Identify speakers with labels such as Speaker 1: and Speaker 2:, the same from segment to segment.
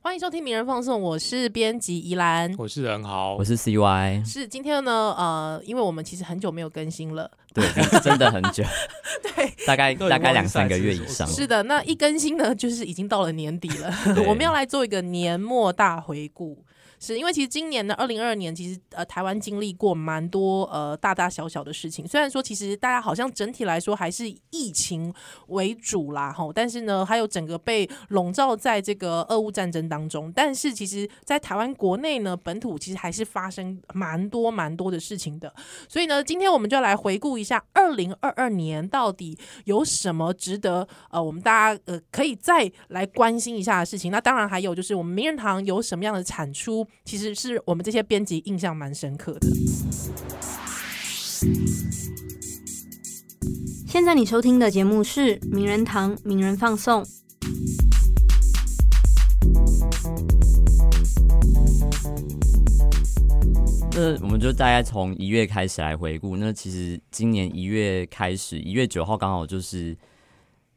Speaker 1: 欢迎收听《名人放送》，我是编辑宜兰。
Speaker 2: 我是任豪
Speaker 3: 我，是 CY，
Speaker 1: 是今天呢，呃，因为我们其实很久没有更新了，
Speaker 3: 对， 真真的很久，
Speaker 1: 对，
Speaker 3: 大概
Speaker 2: 都已经
Speaker 3: 大
Speaker 2: 忘
Speaker 3: 概
Speaker 2: 记
Speaker 3: 两三个月
Speaker 2: 上
Speaker 3: 以
Speaker 2: 一次
Speaker 3: 上
Speaker 2: 是。
Speaker 1: 是的，那一更新呢，就是已经到了年底了，
Speaker 3: 对
Speaker 1: 我们要来做一个年末大回顾。是因为其实今年呢，二零二二年其实呃，台湾经历过蛮多呃大大小小的事情。虽然说其实大家好像整体来说还是疫情为主啦，吼，但是呢，还有整个被笼罩在这个俄乌战争当中。但是其实，在台湾国内呢，本土其实还是发生蛮多蛮多的事情的。所以呢，今天我们就来回顾一下二零二二年到底有什么值得呃我们大家呃可以再来关心一下的事情。那当然还有就是我们名人堂有什么样的产出，其实是我们这些编辑印象蛮深刻的。
Speaker 4: 现在你收听的节目是《名人堂》，名人放送。
Speaker 3: 那我们就大概从一月开始来回顾。那其实今年一月开始，一月九号刚好就是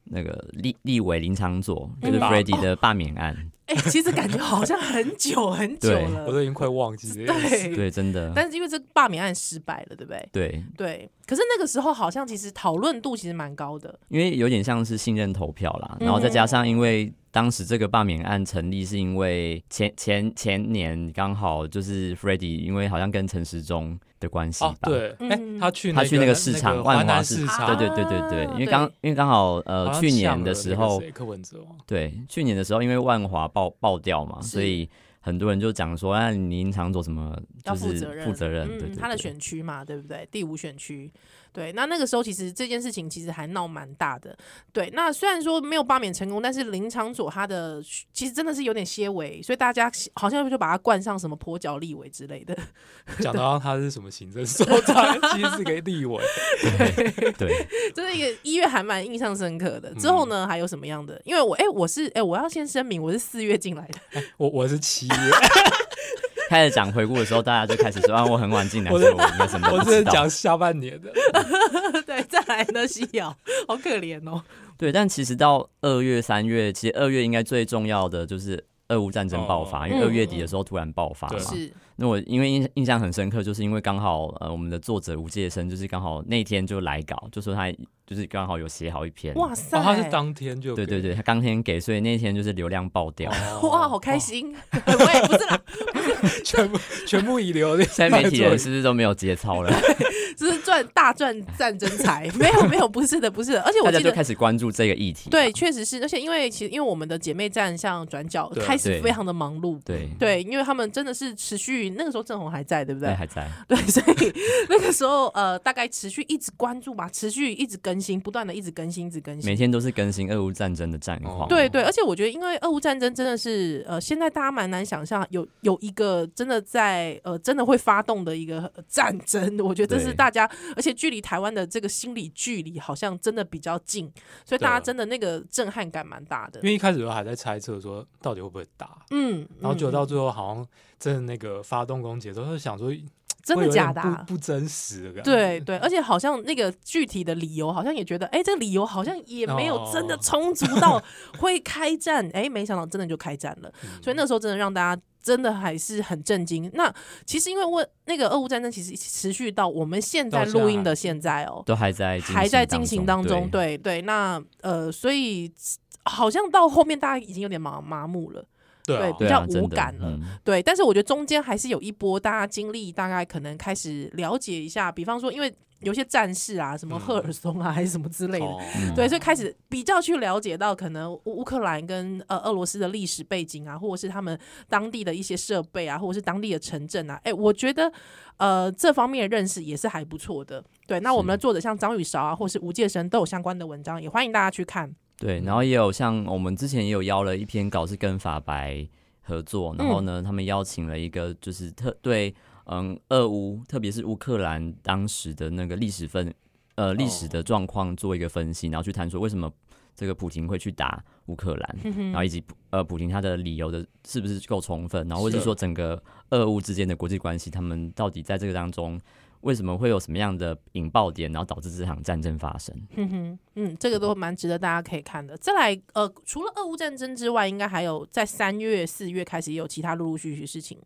Speaker 3: 那个立立委林长佐，就是
Speaker 2: 嗯
Speaker 1: 哦
Speaker 3: f r e d d y 的罢免案。
Speaker 1: 哎、其实感觉好像很久很久
Speaker 3: 对
Speaker 2: 我
Speaker 1: 了，
Speaker 2: 都已经快忘记 了。
Speaker 1: 对。
Speaker 3: 呃对，真的，
Speaker 1: 但是因为这个罢免案失败了，对不对？
Speaker 3: 对，
Speaker 1: 对。可是那个时候好像其实讨论度其实蛮高的。
Speaker 3: 因为有点像是信任投票啦，然后再
Speaker 1: 嗯
Speaker 3: 加上因为当时这个罢免案成立是因为前前前年刚好就是 f r e d d y 因为好像跟陈时中的关系吧，
Speaker 2: 哦，对，哎，
Speaker 1: 嗯
Speaker 2: 他去
Speaker 3: 他去那
Speaker 2: 个
Speaker 3: 个市场，
Speaker 2: 那个
Speaker 3: 万
Speaker 2: 华
Speaker 3: 华
Speaker 2: 南
Speaker 3: 市
Speaker 2: 市
Speaker 1: 场
Speaker 3: 对对对对对，
Speaker 1: 啊
Speaker 3: 因为刚因为刚好呃
Speaker 2: 好像
Speaker 3: 去
Speaker 2: 像
Speaker 3: 年
Speaker 2: 了
Speaker 3: 的
Speaker 2: 那
Speaker 3: 时
Speaker 2: 个
Speaker 3: 候，
Speaker 2: 谁柯文哲哦吗
Speaker 3: 对去年的时候，因为万华爆爆掉嘛，
Speaker 1: 是
Speaker 3: 所以很多人就讲说，啊那林长佐怎么
Speaker 1: 要
Speaker 3: 就是
Speaker 1: 负责任，嗯
Speaker 3: 负责任，对对
Speaker 1: 他的
Speaker 3: 对
Speaker 1: 选区嘛，对不对？第五选区，对。那那个时候其实这件事情其实还闹蛮大的，对。那虽然说没有罢免成功，但是林长佐他的其实真的是有点些微，所以大家好像就把他冠上什么跛脚立委之类的。
Speaker 2: 讲到他是什么行政首长， 其实是个立委。
Speaker 3: 对，
Speaker 1: 这是一个一月还蛮印象深刻的。之后
Speaker 3: 嗯
Speaker 1: 呢，还有什么样的？因为我哎、我是哎、我要先声明，我是四月进来的，
Speaker 2: 我我是七月，
Speaker 3: 开始讲回顾的时候，大家就开始说啊，我很晚进来，
Speaker 2: 我
Speaker 3: 所
Speaker 2: 是
Speaker 3: 以我应该什么都
Speaker 2: 我
Speaker 3: 不
Speaker 2: 只是
Speaker 3: 知道
Speaker 2: 讲下半年的。
Speaker 1: 对。再来呢，西瑶，好可怜哦。
Speaker 3: 对，但其实到二月、三月，其实二月应该最重要的就是俄乌战争爆发，
Speaker 2: 哦
Speaker 3: 因为二月底的时候突然爆发
Speaker 2: 对
Speaker 3: 嘛。
Speaker 1: 嗯是，
Speaker 3: 那我因为印印象很深刻，就是因为刚好呃，我们的作者吴介生就是刚好那天就来稿，就说他就是刚好有写好一篇，
Speaker 1: 哇塞，
Speaker 2: 哦，他是当天就
Speaker 3: 对对
Speaker 2: 给
Speaker 3: 对，他当天给，所以那天就是流量爆掉。
Speaker 2: 哦
Speaker 1: 哇，好开心。 我也不是啦，
Speaker 2: 全部全部遗留的。
Speaker 3: 现在媒体人是不是都没有节操了？
Speaker 1: 就是赚大赚战争财， 没有没有，不是的，不是的，而且我
Speaker 3: 大
Speaker 1: 记
Speaker 3: 家就
Speaker 1: 得。
Speaker 3: 开始关注这个议题。
Speaker 1: 对，确实是，而且因为其实因为我们的姐妹站像转角
Speaker 2: 对
Speaker 1: 开始
Speaker 3: 对
Speaker 1: 非常的忙碌，
Speaker 3: 对
Speaker 1: 对，因为他们真的是持续那个时候郑红还在，对不
Speaker 3: 对，
Speaker 1: 对？
Speaker 3: 还在。
Speaker 1: 对，所以那个时候呃，大概持续一直关注吧，持续一直更新，不断的一直更新，一直更
Speaker 3: 每
Speaker 1: 新。
Speaker 3: 天都是更新俄乌战争的战
Speaker 2: 哦
Speaker 3: 况。
Speaker 1: 哦对对，而且我觉得，因为俄乌战争真的是，呃，现在大家蛮难想象有有一个真的在呃真的会发动的一个呃战争，我觉得这是
Speaker 3: 对
Speaker 1: 大家，而且距离台湾的这个心理距离好像真的比较近，所以大家
Speaker 2: 对啊
Speaker 1: 真的那个震撼感蛮大的
Speaker 2: 因。为一开始我还在猜测说到底会不会打，
Speaker 1: 嗯，
Speaker 2: 然后
Speaker 1: 嗯
Speaker 2: 结果到最后好像真的那个发动攻击的时候，就想说
Speaker 1: 真
Speaker 2: 会
Speaker 1: 的
Speaker 2: 有点
Speaker 1: 假的啊、
Speaker 2: 不不嗯真实的感觉。
Speaker 1: 对对，而且好像那个具体的理由，好像也觉得，哎，这个理由好像也没有真的
Speaker 2: 哦
Speaker 1: 充足到会开战，哎，没想到真的就开战了，
Speaker 2: 嗯，
Speaker 1: 所以那时候真的让大家。真的还是很震惊。那其实因为问那个俄乌战争，其实持续到我们现在
Speaker 2: 到现在
Speaker 1: 录音的
Speaker 2: 还
Speaker 1: 现在哦，
Speaker 3: 都还在进
Speaker 1: 还在进行当中。
Speaker 3: 对，啊
Speaker 1: 对对，那呃，所以好像到后面大家已经有点麻麻木了。
Speaker 2: 对啊
Speaker 1: 对比
Speaker 3: 对
Speaker 1: 较
Speaker 3: 啊
Speaker 1: 无
Speaker 3: 真的
Speaker 1: 感了
Speaker 3: 嗯
Speaker 1: 对，但是我觉得中间还是有一波大家经历，大概可能开始了解一下，比方说，因为有些战士啊，什么赫尔松啊，还是什么之类的。
Speaker 2: 哦
Speaker 3: 嗯
Speaker 1: 对，所以开始比较去了解到可能乌乌克兰跟呃俄罗斯的历史背景啊，或者是他们当地的一些设备啊，或者是当地的城镇啊，哎，我觉得呃这方面的认识也是还不错的。对，那我们的作者像张雨韶啊，或是吴介生都有相关的文章，也欢迎大家去看。
Speaker 3: 对，然后也有像我们之前也有邀了一篇稿是跟法白合作，然后呢，他们邀请了一个就是特对嗯俄乌，特别是乌克兰当时的那个历史分呃历史的状况做一个分析，然后去谈说为什么这个普京会去打乌克兰，然后以及呃普京他的理由的是不是够充分，然后或者
Speaker 2: 是
Speaker 3: 是说整个俄乌之间的国际关系，他们到底在这个当中。为什么会有什么样的引爆点，然后导致这场战争发生。
Speaker 1: 哼哼，嗯，这个都蛮值得大家可以看的。再来，呃，除了俄乌战争之外，应该还有在三月、四月开始也有其他陆陆续续事情。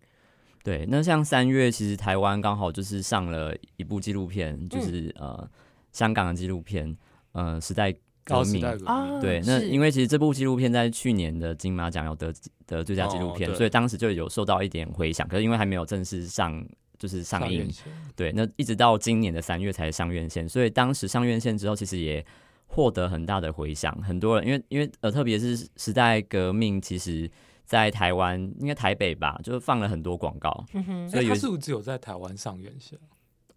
Speaker 3: 对，那像三月，其实台湾刚好就是上了一部纪录片，就是、呃香港的纪录片，呃时代
Speaker 2: 高
Speaker 3: 革
Speaker 2: 哦时
Speaker 3: 命。
Speaker 2: 代革
Speaker 1: 啊
Speaker 2: 命，
Speaker 3: 对，那
Speaker 1: 是
Speaker 3: 因为其实这部纪录片在去年的金马奖有得得最佳纪录
Speaker 2: 哦
Speaker 3: 片，
Speaker 2: 对
Speaker 3: 所以当时就有受到一点回响，可是因为还没有正式上。就是上映
Speaker 2: 院，线
Speaker 3: 对，那一直到今年的三月才上院线，所以当时上院线之后，其实也获得很大的回响，很多人因为因为呃，特别是时代革命，其实在台湾应该台北吧，就是放了很多广告，
Speaker 1: 哼哼，
Speaker 3: 所以
Speaker 2: 哎
Speaker 3: 有
Speaker 2: 它是不是只有在台湾上院线？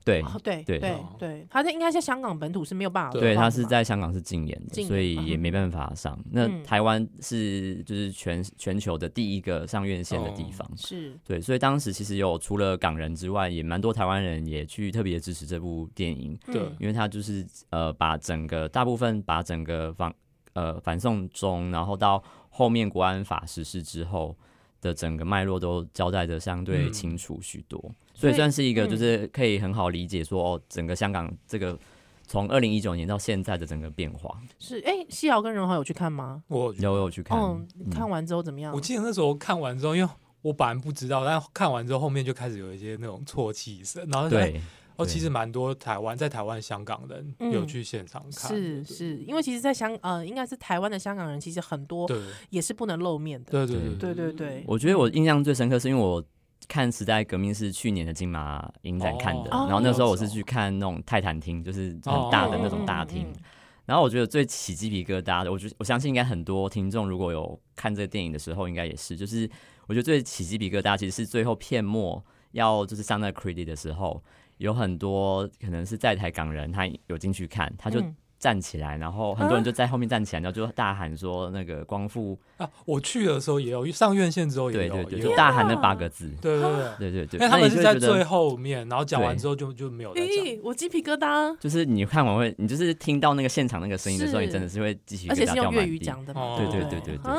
Speaker 3: 对，
Speaker 1: 哦，对
Speaker 3: 对
Speaker 1: 对
Speaker 2: 哦
Speaker 1: 对，他在应该在香港本土是没有办法放的嘛，
Speaker 3: 对，它是在香港是禁演的，
Speaker 1: 禁
Speaker 3: 所以
Speaker 1: 演
Speaker 3: 也
Speaker 1: 嗯
Speaker 3: 没办法上。
Speaker 1: 嗯
Speaker 3: 那台湾是就是全全球的第一个上院线的地
Speaker 2: 哦
Speaker 3: 方，
Speaker 1: 是
Speaker 3: 对，所以当时其实有除了港人之外，也蛮多台湾人也去特别支持这部电影，
Speaker 2: 对
Speaker 1: 嗯
Speaker 3: 因为它就是呃把整个大部分把整个反呃反送中，然后到后面国安法实施之后。的整个脉络都交代的相对
Speaker 2: 嗯
Speaker 3: 清楚许多，
Speaker 1: 所
Speaker 3: 所以
Speaker 1: 以
Speaker 3: 算是一个
Speaker 1: 嗯
Speaker 3: 就是可以很好理解说哦，整个香港这个从二零一九年到现在的整个变化，
Speaker 1: 是。哎，西瑶跟荣豪有去看吗？
Speaker 2: 我
Speaker 3: 有有去看，
Speaker 1: 嗯，看完之后怎么样
Speaker 2: 我？记得那时候看完之后，因为我本来不知道，但看完之后后面就开始有一些那种啜泣声，然后就哎
Speaker 3: 对，
Speaker 2: 哦，
Speaker 3: 对
Speaker 2: 其实蛮多台湾在台湾香港人
Speaker 1: 嗯
Speaker 2: 有去现场看，
Speaker 1: 是是，因为其实，在香呃，应该是台湾的香港人，其实很多
Speaker 2: 对
Speaker 1: 也是不能露面的。
Speaker 2: 对对
Speaker 1: 对
Speaker 2: 对
Speaker 1: 对对，
Speaker 3: 我觉得我印象最深刻是因为我看《时代革命》是去年的金马影展看的，
Speaker 1: 哦
Speaker 3: 然后那时候我是去看那种泰坦厅，就是很大的那种大厅。
Speaker 1: 嗯嗯嗯
Speaker 3: 然后我觉得最起鸡皮疙瘩的，我觉得我相信应该很多听众如果有看这个电影的时候，应该也是，就是我觉得最起鸡皮疙瘩其实是最后片末要就是上那个 credit 的时候，有很多可能是在台港人他有进去看，他就
Speaker 1: 嗯
Speaker 3: 站起来，然后很多人就在后面站起来，然后就大喊说那个光复，
Speaker 2: 啊！我去的时候也有上院线之后也
Speaker 3: 对
Speaker 2: 有，
Speaker 3: 对对，
Speaker 2: 也有
Speaker 3: 就大喊那八个字。
Speaker 2: 对对
Speaker 1: 啊
Speaker 2: 对。
Speaker 3: 对对对，
Speaker 2: 因为他
Speaker 3: 那
Speaker 2: 们是
Speaker 3: 你就
Speaker 2: 在
Speaker 3: 会觉得
Speaker 2: 最后面，然后讲完
Speaker 3: 对
Speaker 2: 之后就就没有再讲了。
Speaker 1: 咦，我鸡皮疙瘩，
Speaker 3: 就是你看完会，你就是听到那个现场那个声音的时候，
Speaker 1: 是
Speaker 3: 你真的是会继续
Speaker 1: 而且
Speaker 3: 给
Speaker 1: 是
Speaker 3: 它
Speaker 1: 用
Speaker 3: 掉
Speaker 1: 粤
Speaker 3: 满
Speaker 1: 语
Speaker 3: 地。
Speaker 1: 讲的嘛
Speaker 2: 哦。
Speaker 1: 对
Speaker 2: 对
Speaker 1: 不
Speaker 3: 对对对对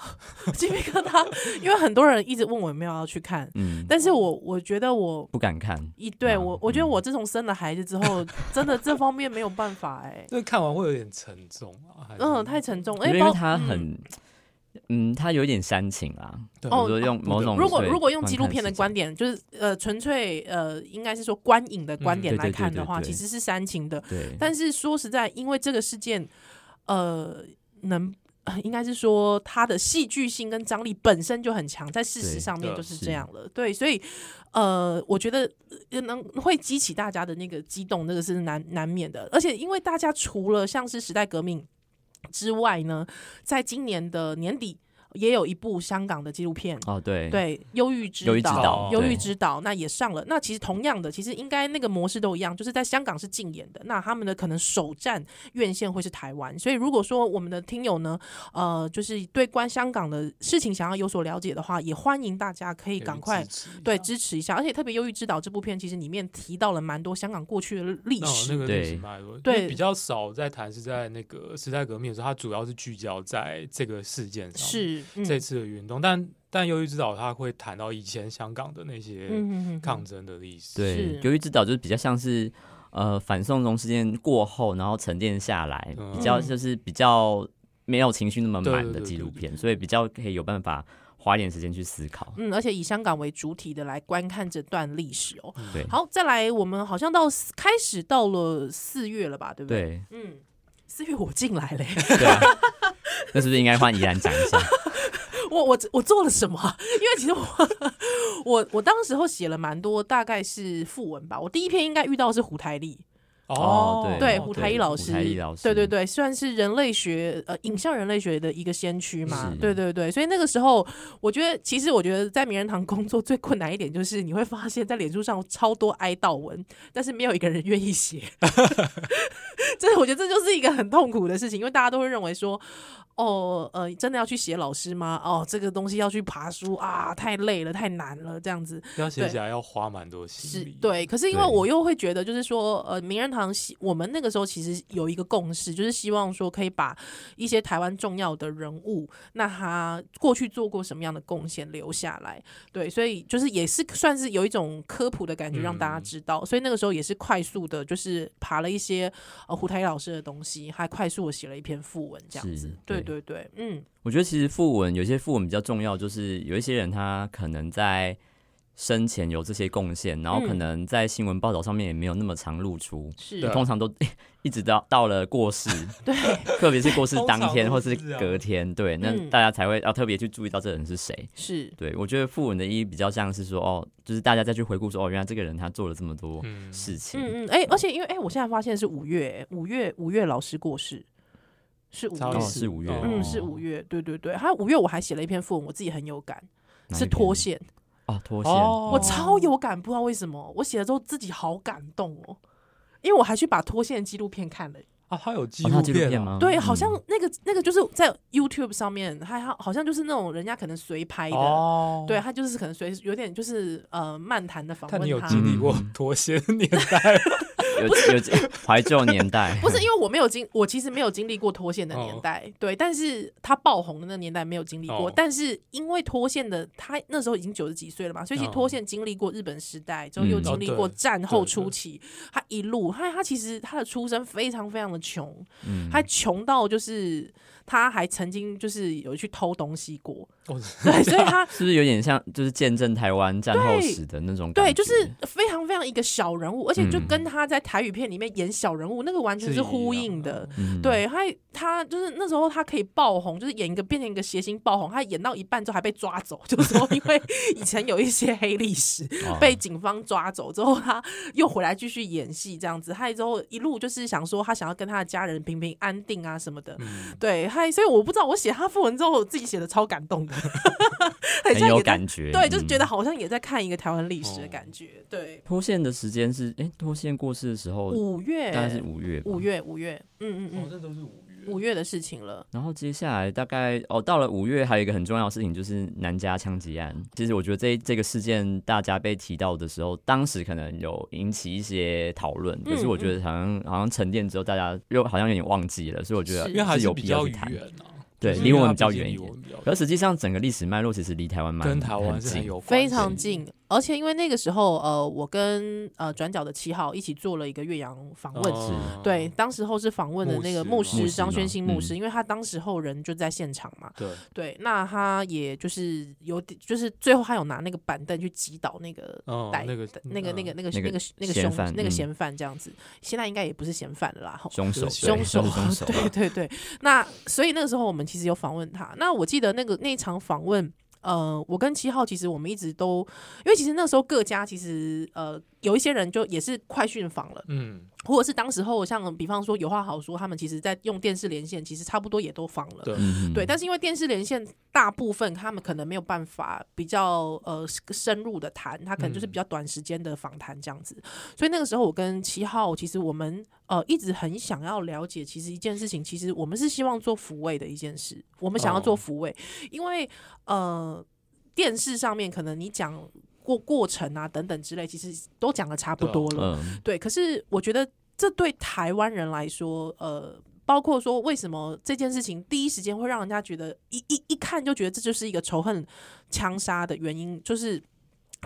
Speaker 1: 嗯， 鸡皮疙瘩，因为很多人一直问我有没有要去看，
Speaker 3: 嗯，
Speaker 1: 但是我我觉得我。
Speaker 3: 不敢看。
Speaker 1: 一对
Speaker 3: 嗯
Speaker 1: 我，我觉得
Speaker 3: 嗯
Speaker 1: 我自从生了孩子之后，真的这方面没有办法哎、
Speaker 2: 那看完会有点沉重啊，还是
Speaker 1: 嗯，太沉重。
Speaker 3: 我
Speaker 1: 哎、
Speaker 3: 觉得因
Speaker 1: 包
Speaker 3: 为它
Speaker 1: 嗯
Speaker 3: 很，嗯，它有一点煽情啦。
Speaker 2: 对
Speaker 1: 哦
Speaker 3: 我说用某种
Speaker 1: 如果
Speaker 3: 对
Speaker 1: 如果用纪录片的观
Speaker 3: 观看
Speaker 1: 点，就是呃，纯粹呃，应该是说观影的观
Speaker 2: 嗯
Speaker 1: 点
Speaker 3: 对
Speaker 1: 来
Speaker 3: 对对
Speaker 1: 看的
Speaker 3: 对
Speaker 1: 话，
Speaker 3: 对嗯
Speaker 1: 其实是煽情的。
Speaker 3: 视角，对，
Speaker 1: 但是说实在，因为这个事件，呃，能。呃应该是说它的戏剧性跟张力本身就很强，在事实
Speaker 3: 对
Speaker 1: 上面
Speaker 2: 对
Speaker 1: 就是
Speaker 3: 是
Speaker 1: 这样了。对，所以呃，我觉得呃能会激起大家的那个激动，那个是难难免的。而且因为大家除了像是时代革命之外呢，在今年的年底也有一部香港的纪录片，
Speaker 3: 哦对，
Speaker 1: 对，忧郁之
Speaker 3: 忧郁之
Speaker 1: 岛
Speaker 2: 岛，
Speaker 1: 忧郁
Speaker 3: 对
Speaker 1: 之岛，那也上了。那其实同样的，其实应该那个模式都一样，就是在香港是禁演的，那他们的可能首站院线会是台湾。所以如果说我们的听友呢，呃，就是对关香港的事情想要有所了解的话，也欢迎大家可以
Speaker 2: 也
Speaker 1: 赶快
Speaker 2: 支持一下
Speaker 1: 对支持一下。而且特别《忧郁之岛》这部片，其实里面提到了蛮多香港过去的历
Speaker 2: 哦，
Speaker 1: 史。
Speaker 2: 那个历史
Speaker 3: 对
Speaker 2: 脉络，
Speaker 1: 对
Speaker 2: 因为比较少在谈是在那个时代革命的时候，它主要是聚焦在这个事件上，
Speaker 1: 是，嗯
Speaker 2: 这次的运动，但但忧郁之岛它会谈到以前香港的那些
Speaker 1: 嗯哼
Speaker 2: 抗争的历史，
Speaker 3: 对
Speaker 1: 是，
Speaker 3: 由于之岛就是比较像是呃反送中事件过后，然后沉淀下来，
Speaker 2: 嗯
Speaker 3: 比较就是比较没有情绪那么
Speaker 2: 对
Speaker 3: 满
Speaker 2: 对
Speaker 3: 的
Speaker 2: 对
Speaker 3: 纪
Speaker 2: 对
Speaker 3: 录
Speaker 2: 对
Speaker 3: 片，所以比较可以有办法花一点时间去思考。
Speaker 1: 嗯，而且以香港为主体的来观看这段历史哦。
Speaker 3: 对
Speaker 1: 好，再来，我们好像到四开始到了四月了吧，对不对？
Speaker 3: 对
Speaker 1: 嗯，四月我进来嘞，
Speaker 3: 对啊，那是不是应该换怡然讲一下？
Speaker 1: 我我我做了什么 啊？因为其实我 我我当时候写了蛮多，大概是副文吧。我第一篇应该遇到的是胡台丽，
Speaker 2: 哦，
Speaker 3: 对
Speaker 1: 对
Speaker 3: 哦
Speaker 1: 胡台一老师，
Speaker 3: 胡台一老师
Speaker 1: 对对对，算是人类学呃影像人类学的一个先驱嘛
Speaker 3: 是，
Speaker 1: 对对对，所以那个时候，我觉得其实我觉得在名人堂工作最困难一点就是你会发现在脸书上超多哀悼文，但是没有一个人愿意写， 这我觉得这就是一个很痛苦的事情，因为大家都会认为说。哦，呃，真的要去写老师吗？哦，这个东西要去爬书啊，太累了，太难了，这样子。
Speaker 2: 要写起来要花蛮多心
Speaker 1: 是
Speaker 2: 力，
Speaker 1: 对，可是因为
Speaker 3: 对
Speaker 1: 我又会觉得，就是说，呃，名人堂希我们那个时候其实有一个共识，就是希望说可以把一些台湾重要的人物，那他过去做过什么样的贡献留下来。对，所以就是也是算是有一种科普的感觉，让大
Speaker 3: 嗯
Speaker 1: 家知道。所以那个时候也是快速的，就是爬了一些呃胡台老师的东西，还快速的写了一篇副文 这样
Speaker 3: 是
Speaker 1: 子。对
Speaker 3: 对
Speaker 1: 对对，嗯，
Speaker 3: 我觉得其实副文有些副文比较重要，就是有一些人他可能在生前有这些贡献，然后可
Speaker 1: 嗯
Speaker 3: 能在新闻报道上面也没有那么常露出，
Speaker 1: 是
Speaker 2: 对啊
Speaker 3: 通常都 一直到到了过世，
Speaker 1: 对，
Speaker 3: 特别是过世
Speaker 2: 通常
Speaker 3: 当天
Speaker 2: 都
Speaker 3: 或
Speaker 2: 是
Speaker 3: 是
Speaker 2: 这样
Speaker 3: 隔天，对，那
Speaker 1: 嗯
Speaker 3: 大家才会要特别去注意到这个人是谁。
Speaker 1: 是
Speaker 3: 对我觉得副文的意义比较像是说，哦，就是大家再去回顾说，哦，原来这个人他做了这么多
Speaker 2: 嗯，
Speaker 3: 事情，
Speaker 1: 嗯嗯，哎、而且因为哎、我现在发现是五月，五月五月老师过世，是五
Speaker 2: 差不
Speaker 1: 月
Speaker 2: 多
Speaker 3: 哦，是五月
Speaker 1: 嗯，是五月，对对对，还有五月我还写了一篇副文，我自己很有感，
Speaker 3: 哪一
Speaker 1: 是
Speaker 3: 篇
Speaker 1: 脱线，
Speaker 3: 哦，脱线，
Speaker 2: 哦
Speaker 1: 我超有感，不知道为什么，我写了之后自己好感动哦，因为我还去把脱线纪录片看了，
Speaker 2: 啊，他有纪
Speaker 3: 哦他
Speaker 2: 录
Speaker 3: 纪录
Speaker 2: 片
Speaker 3: 片
Speaker 2: 啊
Speaker 3: 吗？
Speaker 1: 对，
Speaker 3: 嗯
Speaker 1: 好像那个那个就是在 YouTube 上面，还好好像就是那种人家可能随拍的，
Speaker 2: 哦，
Speaker 1: 对，啊他就是可能随有点就是呃漫谈的访
Speaker 2: 看你有
Speaker 1: 问
Speaker 2: 经
Speaker 1: 他。
Speaker 2: 历过
Speaker 3: 嗯
Speaker 2: 脱鞋的年代，
Speaker 3: 有有 怀旧年代，
Speaker 2: 嗯
Speaker 1: 不是因为我没有经，我其实没有经历过脱线的年代，对，但是他爆红的那个年代没有经历过，
Speaker 2: 哦哦
Speaker 1: 但是因为脱线的他那时候已经九十几岁了嘛，所以其实
Speaker 2: 哦
Speaker 1: 脱线经历过日本时代，之后
Speaker 3: 嗯
Speaker 1: 又
Speaker 3: 哦
Speaker 1: 经历
Speaker 2: 对
Speaker 1: 过战后
Speaker 2: 对
Speaker 1: 初
Speaker 2: 对
Speaker 1: 期，他一路他他其实他的出身非常非常的穷，
Speaker 3: 嗯
Speaker 1: 他穷到就是他还曾经就是有去偷东西过，
Speaker 2: 哦
Speaker 1: 对，所以他
Speaker 3: 是不是有点像就是见证台湾战后史的那种感
Speaker 1: 对
Speaker 3: 觉？
Speaker 1: 就是非常非常一个小人物，而且就
Speaker 3: 嗯
Speaker 1: 跟他在台语片里面演小人物、那个完全是
Speaker 2: 啊
Speaker 1: 呼应的。
Speaker 3: 嗯，
Speaker 1: 对，他他就是那时候他可以爆红，就是演一个变成一个谐星爆红，他演到一半之后还被抓走， 就是说因为以前有一些黑历史
Speaker 3: 哦
Speaker 1: 被警方抓走之后，他又回来继续演戏这样子，他之后一路就是想说他想要跟他的家人平平安定啊什么的，
Speaker 2: 嗯
Speaker 1: 对，嗨，所以我不知道我写他副文之后，我自己写的超感动的，很
Speaker 3: 很
Speaker 1: 像
Speaker 3: 有
Speaker 1: 也在
Speaker 3: 感觉，
Speaker 1: 对，就是
Speaker 3: 嗯哦
Speaker 1: 觉得。好像也在看一个台湾历史的感觉。对，
Speaker 3: 脱线的时间是，哎，脱线过世的时候
Speaker 1: 五月
Speaker 3: 大概是五月，
Speaker 1: 五。月五月，嗯
Speaker 2: 哦
Speaker 1: 嗯，
Speaker 2: 这都是五月
Speaker 1: 嗯，五月的事情了。
Speaker 3: 然后接下来大概哦，到了五月还有一个很重要的事情就是南加枪击案。其实我觉得这这个事件大家被提到的时候，当时可能有引起一些讨
Speaker 1: 嗯
Speaker 3: 论，可是我觉得好像好像沉淀之后，大家又好像有点忘记了，所以我觉得
Speaker 1: 是
Speaker 2: 因为还
Speaker 3: 是有
Speaker 2: 比
Speaker 3: 必
Speaker 2: 较
Speaker 3: 要去谈。
Speaker 2: 远啊，
Speaker 3: 对
Speaker 2: 就是
Speaker 3: 离
Speaker 2: 因为
Speaker 3: 我
Speaker 2: 它
Speaker 3: 们比较
Speaker 2: 毕竟
Speaker 3: 远一
Speaker 2: 离我
Speaker 3: 点
Speaker 2: 们比较
Speaker 3: 可实际上，整个历史脉络其实离台湾蛮
Speaker 2: 跟台湾是
Speaker 3: 很
Speaker 2: 很
Speaker 3: 近。
Speaker 2: 有关
Speaker 1: 非
Speaker 2: 系
Speaker 1: 常
Speaker 2: 的
Speaker 1: 近，而且因为那个时候，呃，我跟呃转角的七号一起做了一个岳阳访问，
Speaker 3: 哦
Speaker 2: 嗯
Speaker 1: 对，当时候是访问的那个
Speaker 2: 牧
Speaker 1: 牧
Speaker 2: 师
Speaker 3: 吗嗯
Speaker 1: 师张宣兴牧
Speaker 3: 牧师
Speaker 1: 师，因为他当时候人就在现场嘛，
Speaker 2: 对，
Speaker 1: 对，那他也就是有点，就是最后他有拿那个板凳去击倒那个
Speaker 2: 哦
Speaker 1: 逮
Speaker 2: 那个
Speaker 1: 那个那个那个
Speaker 3: 嗯那
Speaker 1: 那
Speaker 3: 个
Speaker 1: 个那个
Speaker 3: 嫌
Speaker 1: 凶
Speaker 3: 犯
Speaker 1: 那个
Speaker 3: 嗯
Speaker 1: 嫌犯这样子，现在应该也不是嫌犯了啦，吼
Speaker 3: 凶手，对
Speaker 1: 凶手
Speaker 3: 他是凶手， 啊
Speaker 1: 对对对，那所以那个时候我们其实有访问他。那我记得那个那一场访问，呃，我跟七号其实我们一直都，因为其实那时候各家其实呃有一些人就也是快讯访了，
Speaker 2: 嗯
Speaker 1: 或者是当时候像比方说有话好说，他们其实在用电视连线，其实差不多也都访了。
Speaker 2: 对
Speaker 3: 嗯
Speaker 1: 对，但是因为电视连线大部分他们可能没有办法比较呃深入的谈，他可能就是
Speaker 2: 嗯
Speaker 1: 比较短时间的访谈这样子。所以那个时候我跟七号，其实我们呃一直很想要了解，其实一件事情，其实我们是希望做抚慰的一件事，我们想要做
Speaker 2: 哦
Speaker 1: 抚慰，因为呃电视上面可能你讲过过程啊等等之类，其实都讲的差不
Speaker 2: 对啊
Speaker 1: 多了。
Speaker 3: 嗯，
Speaker 1: 对，可是我觉得这对台湾人来说，呃，包括说为什么这件事情第一时间会让人家觉得一一一看就觉得这就是一个仇恨枪杀的原因，就是。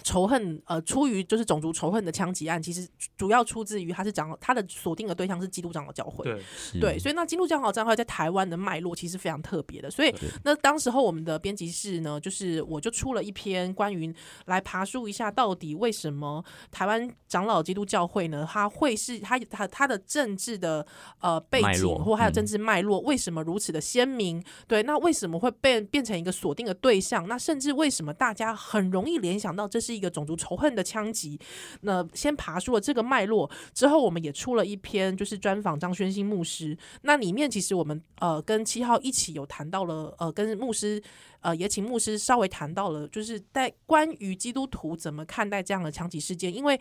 Speaker 1: 仇恨，呃，出于就是种族仇恨的枪击案，其实主要出自于他是长他的锁定的对象是基督长老教会，
Speaker 2: 对，
Speaker 3: 是
Speaker 1: 对，所以那基督教好战会在台湾的脉络其实非常特别的，所以
Speaker 3: 对
Speaker 1: 那当时候我们的编辑室呢，就是我就出了一篇关于来爬树一下到底为什么台湾长老基督教会呢，它会是它它它的政治的呃背
Speaker 3: 脉
Speaker 1: 景
Speaker 3: 络
Speaker 1: 或还有
Speaker 3: 嗯
Speaker 1: 政治脉络、为什么如此的鲜明？对，那为什么会变变成一个锁定的对象？那甚至为什么大家很容易联想到这是一个种族仇恨的枪击？那先爬出了这个脉络之后，我们也出了一篇就是专访张宣兴牧师。那里面其实我们呃跟七号一起有谈到了呃跟牧师呃也请牧师稍微谈到了，就是在关于基督徒怎么看待这样的枪击事件，因为。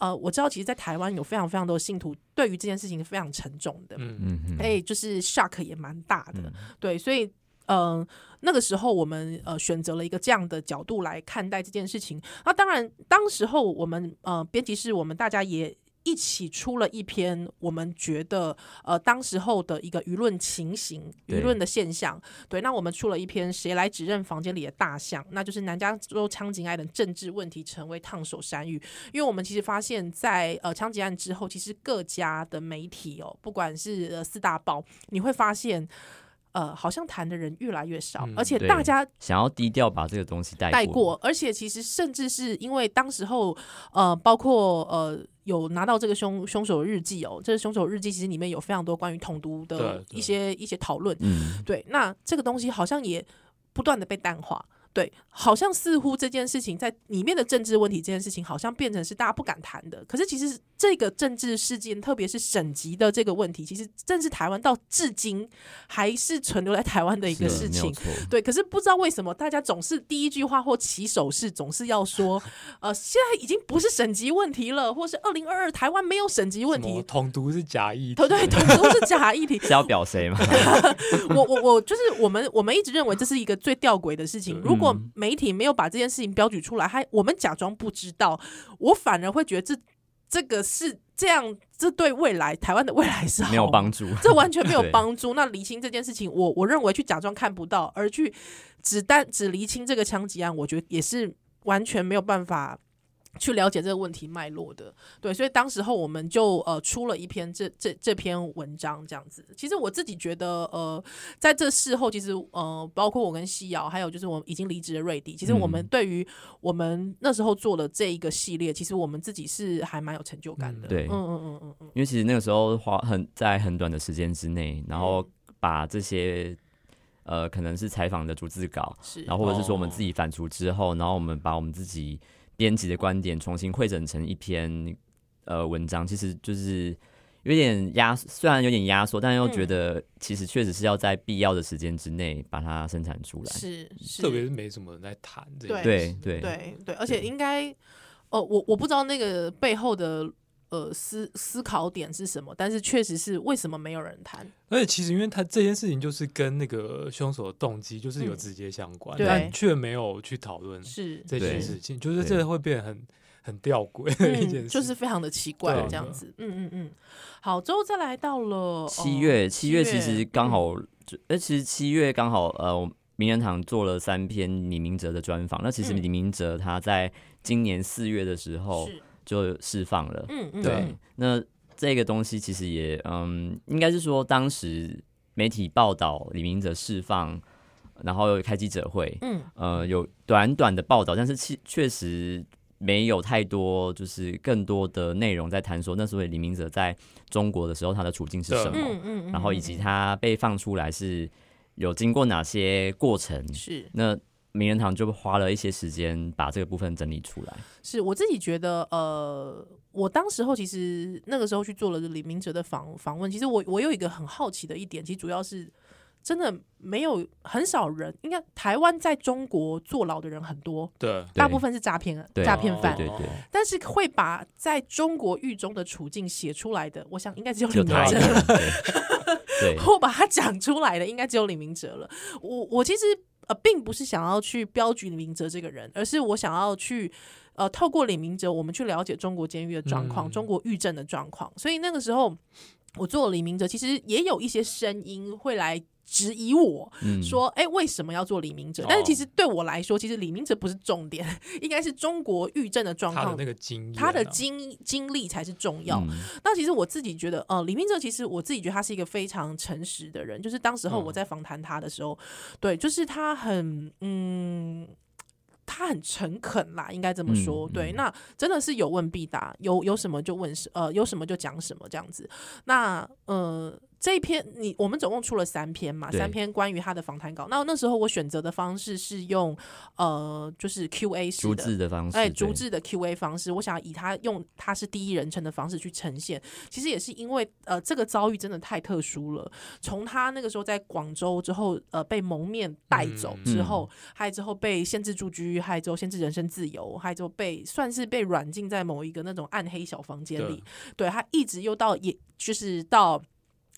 Speaker 1: 呃，我知道，其实，在台湾有非常非常多的信徒对于这件事情是非常沉重的，
Speaker 2: 嗯
Speaker 3: 嗯嗯
Speaker 1: 哎、就是 shock 也蛮大的，
Speaker 3: 嗯
Speaker 1: 对，所以。嗯、那个时候我们呃选择了一个这样的角度来看待这件事情。那当然，当时候我们呃编辑室，我们大家也一起出了一篇我们觉得呃当时候的一个舆论情形、
Speaker 3: 对
Speaker 1: 舆论的现象。对，那我们出了一篇《谁来指认房间里的大象》，那就是南加州枪击案的政治问题成为烫手山芋。因为我们其实发现在，呃枪击案之后，其实各家的媒体哦，不管是、呃、四大报，你会发现，呃，好像谈的人越来越少，
Speaker 2: 嗯
Speaker 1: 而且
Speaker 3: 对
Speaker 1: 大家
Speaker 3: 想要低调把这个东西带
Speaker 1: 带
Speaker 3: 过，
Speaker 1: 过，而且其实甚至是因为当时候，呃，包括呃。有拿到这个凶凶手日记哦，这个凶手日记其实里面有非常多关于统独的
Speaker 2: 对对
Speaker 1: 一些一些讨论，
Speaker 3: 嗯，
Speaker 1: 对，那这个东西好像也不断的被淡化。对，好像似乎这件事情在里面的政治问题，这件事情好像变成是大家不敢谈的。可是其实这个政治事件，特别是省级的这个问题，其实正是台湾到至今还是存留在台湾的一个
Speaker 3: 是
Speaker 1: 事
Speaker 3: 没有
Speaker 1: 情。
Speaker 3: 错
Speaker 1: 对，可是不知道为什么大家总是第一句话或起手势总是要说，呃，现在已经不是省级问题了，或是二零二二台湾没有省级问
Speaker 2: 什么
Speaker 1: 题。
Speaker 2: 统独是假议题
Speaker 1: 对，对，统都是假议 题，
Speaker 3: 是要表谁 嘛？
Speaker 1: 我我我就是我们我们一直认为这是一个最吊诡的事情。如果
Speaker 3: 嗯
Speaker 1: 媒体没有把这件事情标举出来，还我们假装不知道，我反而会觉得这这个是这样，这对未来台湾的未来是好
Speaker 3: 没有帮 助，
Speaker 1: 这完全没有
Speaker 3: 对
Speaker 1: 帮助。那厘清这件事情，我我认为去假装看不到，而去只单只厘清这个枪击案，我觉得也是完全没有办法。去了解这个问题脉络的，对，所以当时候我们就呃出了一篇这这这篇文章这样子。其实我自己觉得，呃，在这事后，其实呃，包括我跟西瑶，还有就是我们已经离职的瑞迪，其实我们
Speaker 3: 嗯
Speaker 1: 对于我们那时候做的这一个系列，其实我们自己是还蛮有成就感的。
Speaker 3: 对
Speaker 1: 嗯嗯嗯嗯嗯，
Speaker 3: 因为其实那个时候花很在很短的时间之内，然后把这些呃可能是采访的逐字稿，
Speaker 1: 是。
Speaker 3: 然后或者是说我们
Speaker 2: 哦
Speaker 3: 自己反刍之后，然后我们把我们自己编辑的观点重新汇整成一篇呃文章，其实就是有点压，虽然有点压缩，但又觉得其实确实是要在必要的时间之内把它生产出来。
Speaker 1: 是是，
Speaker 2: 特别是没什么人在谈这
Speaker 1: 对
Speaker 2: 个。
Speaker 3: 对对
Speaker 1: 对对，而且
Speaker 3: 对
Speaker 1: 应该，呃，我我不知道那个背后的呃思思考点是什么，但是确实是为什么没有人谈？
Speaker 2: 而且其实因为他这件事情就是跟那个凶手的动机就是有
Speaker 1: 嗯
Speaker 2: 直接相关，
Speaker 1: 对
Speaker 2: 但却没有去讨论
Speaker 1: 是
Speaker 2: 这件
Speaker 3: 对
Speaker 2: 事情，就是
Speaker 3: 对
Speaker 2: 这会变得很很吊诡的一件
Speaker 1: 嗯，
Speaker 2: 事，
Speaker 1: 就是非常的奇怪
Speaker 2: 对啊
Speaker 1: 这样
Speaker 2: 对啊
Speaker 1: 子。嗯嗯嗯，好，之后再来到了呃
Speaker 3: 七月，七月其实刚，
Speaker 1: 哦
Speaker 3: 好，就呃，其实七月刚好，呃，我们名人堂做了三篇李明哲的专访。那其实
Speaker 1: 嗯
Speaker 3: 李明哲他在今年四月的时
Speaker 1: 嗯
Speaker 3: 候
Speaker 1: 是
Speaker 3: 就释放了，
Speaker 1: 嗯嗯
Speaker 2: 对
Speaker 1: 嗯
Speaker 3: 那这个东西其实也，嗯，应该是说当时媒体报道李明哲释放，然后又开记者会，
Speaker 1: 嗯
Speaker 3: 呃，有短短的报道，但是其确实没有太多，就是更多的内容在谈说那时候李明哲在中国的时候他的处境是
Speaker 2: 对
Speaker 3: 什么，
Speaker 1: 嗯嗯嗯，
Speaker 3: 然后以及他被放出来是有经过哪些过程。
Speaker 1: 是
Speaker 3: 那名人堂就花了一些时间把这个部分整理出来。
Speaker 1: 是我自己觉得，呃，我当时候其实那个时候去做了李明哲的访访问，其实我我有一个很好奇的一点，其实主要是真的没有很少人，应该台湾在中国坐牢的人很多，
Speaker 2: 对
Speaker 3: 对
Speaker 1: 大部分是诈骗
Speaker 3: 对哦
Speaker 1: 诈骗犯。
Speaker 3: 对对对
Speaker 2: 哦
Speaker 1: 但是会把在中国狱中的处境写出来的，我想应该只有李
Speaker 3: 就
Speaker 1: 明
Speaker 3: 他一
Speaker 1: 哲
Speaker 3: 个
Speaker 1: 了。
Speaker 3: 人，对 对，
Speaker 1: 我把它讲出来的，应该只有李明哲了。我我其实呃，并不是想要去标举李明哲这个人，而是我想要去呃，透过李明哲，我们去了解中国监狱的状况、
Speaker 2: 嗯
Speaker 1: 中国狱政的状况。所以那个时候，我做了李明哲，其实也有一些声音会来。质疑我
Speaker 3: 嗯
Speaker 1: 说：“哎、为什么要做李明哲？”
Speaker 2: 哦
Speaker 1: 但是其实对我来说，其实李明哲不是重点， 应该是中国狱政的状
Speaker 2: 他的
Speaker 1: 况，
Speaker 2: 那个经验啊，
Speaker 1: 他的经经历才是重要。
Speaker 3: 嗯
Speaker 1: 那其实我自己觉得，呃，李明哲其实我自己觉得他是一个非常诚实的人，就是当时候
Speaker 2: 嗯
Speaker 1: 我在访谈他的时候，对，就是他很嗯。他很诚恳啦，应该这么说。
Speaker 3: 嗯
Speaker 1: 对，
Speaker 3: 嗯
Speaker 1: 那真的是有问必答，有有什么就问什，呃，有什么就讲什么这样子。那呃，这一篇你我们总共出了三篇嘛，
Speaker 3: 对
Speaker 1: 三篇关于他的访谈稿。那那时候我选择的方式是用呃，就是 Q A 式
Speaker 3: 逐
Speaker 1: 的，
Speaker 3: 字的方式，
Speaker 1: 哎，
Speaker 3: 对
Speaker 1: 逐字的 Q A 方式，我想要以他用他是第一人称的方式去呈现。其实也是因为呃，这个遭遇真的太特殊了。从他那个时候在广州之后，呃，被蒙面带走
Speaker 2: 嗯
Speaker 1: 之后，还有之后被限制住居，还有之后限制人身自由，还有之后被算是被软禁在某一个那种暗黑小房间
Speaker 2: 对
Speaker 1: 里。对他一直又到也就是到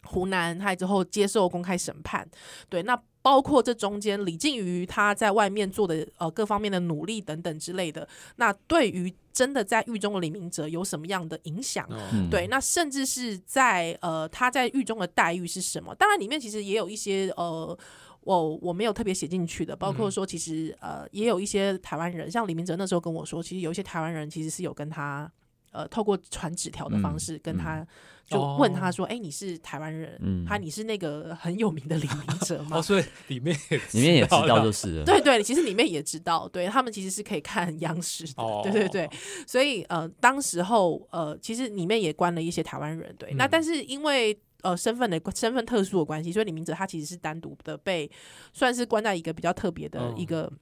Speaker 1: 湖南，还有之后接受公开审判。对，那包括这中间李靖瑜他在外面做的呃各方面的努力等等之类的，那对于真的在狱中的李明哲有什么样的影响？
Speaker 2: 哦
Speaker 3: 嗯
Speaker 1: 对，那甚至是在呃他在狱中的待遇是什么？当然里面其实也有一些呃。我我没有特别写进去的，包
Speaker 3: 嗯
Speaker 1: 括说，其实呃，也有一些台湾人，像李明哲那时候跟我说，其实有一些台湾人其实是有跟他呃，透过传纸条的方式跟他、就问他说：“哎、你是台湾人？
Speaker 3: 哦嗯
Speaker 1: 他你是那个很有名的李明 哲吗？”
Speaker 2: 哦，所以里面也
Speaker 3: 里面也知道就是是了。
Speaker 1: 对对，其实里面也知道，对他们其实是可以看 央视的，
Speaker 2: 哦
Speaker 1: 对对对，所以呃，当时候呃，其实里面也关了一些台湾人，对，那
Speaker 2: 嗯
Speaker 1: 但是因为。呃，身份的身份特殊的关系，所以李明哲他其实是单独的被算是关在一个比较特别的
Speaker 2: 嗯
Speaker 1: 一个、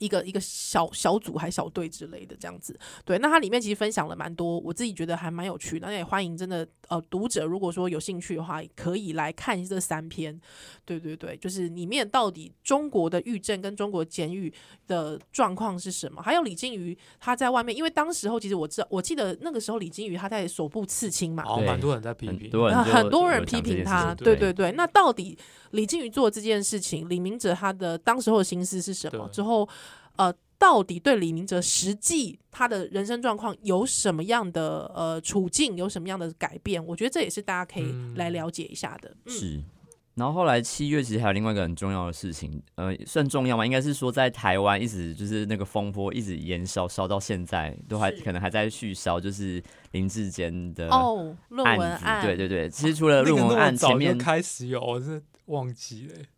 Speaker 1: 一个一个小小组还小队之类的这样子。对，那它里面其实分享了蛮多，我自己觉得还蛮有趣的。那也欢迎真的呃读者如果说有兴趣的话，可以来看这三篇。对对对，就是里面到底中国的狱政跟中国监狱的状况是什么？还有李靖宇他在外面，因为当时候其实我知道，我记得那个时候李靖宇他在首部刺青嘛，
Speaker 2: 好像哦蛮多人在批
Speaker 3: 哦很
Speaker 2: 评，
Speaker 3: 多人
Speaker 1: 那
Speaker 3: 就
Speaker 1: 很多人
Speaker 3: 有
Speaker 1: 批
Speaker 3: 讲这
Speaker 1: 评
Speaker 3: 件事
Speaker 1: 他，对
Speaker 3: 情
Speaker 1: 对
Speaker 3: 对
Speaker 1: 对。那到底李靖宇做这件事情，李明哲他的当时候的心思是什么？
Speaker 2: 对
Speaker 1: 之后，呃，到底对李明哲实际他的人生状况有什么样的呃处境，有什么样的改变？我觉得这也是大家可以
Speaker 2: 嗯
Speaker 1: 来了解一下的。嗯，
Speaker 3: 是。然后后来七月其实还有另外一个很重要的事情，呃，算重要吗？应该是说在台湾一直就是那个风波一直延烧烧到现在，都还
Speaker 1: 是
Speaker 3: 可能还在续烧，就是林志坚的
Speaker 1: 哦，论文
Speaker 3: 案子，
Speaker 1: 案，
Speaker 3: 对对对。其实除了
Speaker 2: 那个
Speaker 3: 论
Speaker 2: 那
Speaker 3: 文
Speaker 2: 么
Speaker 3: 案
Speaker 2: 早
Speaker 3: 前
Speaker 2: 就
Speaker 3: 面
Speaker 2: 开始有，我真的忘记了欸。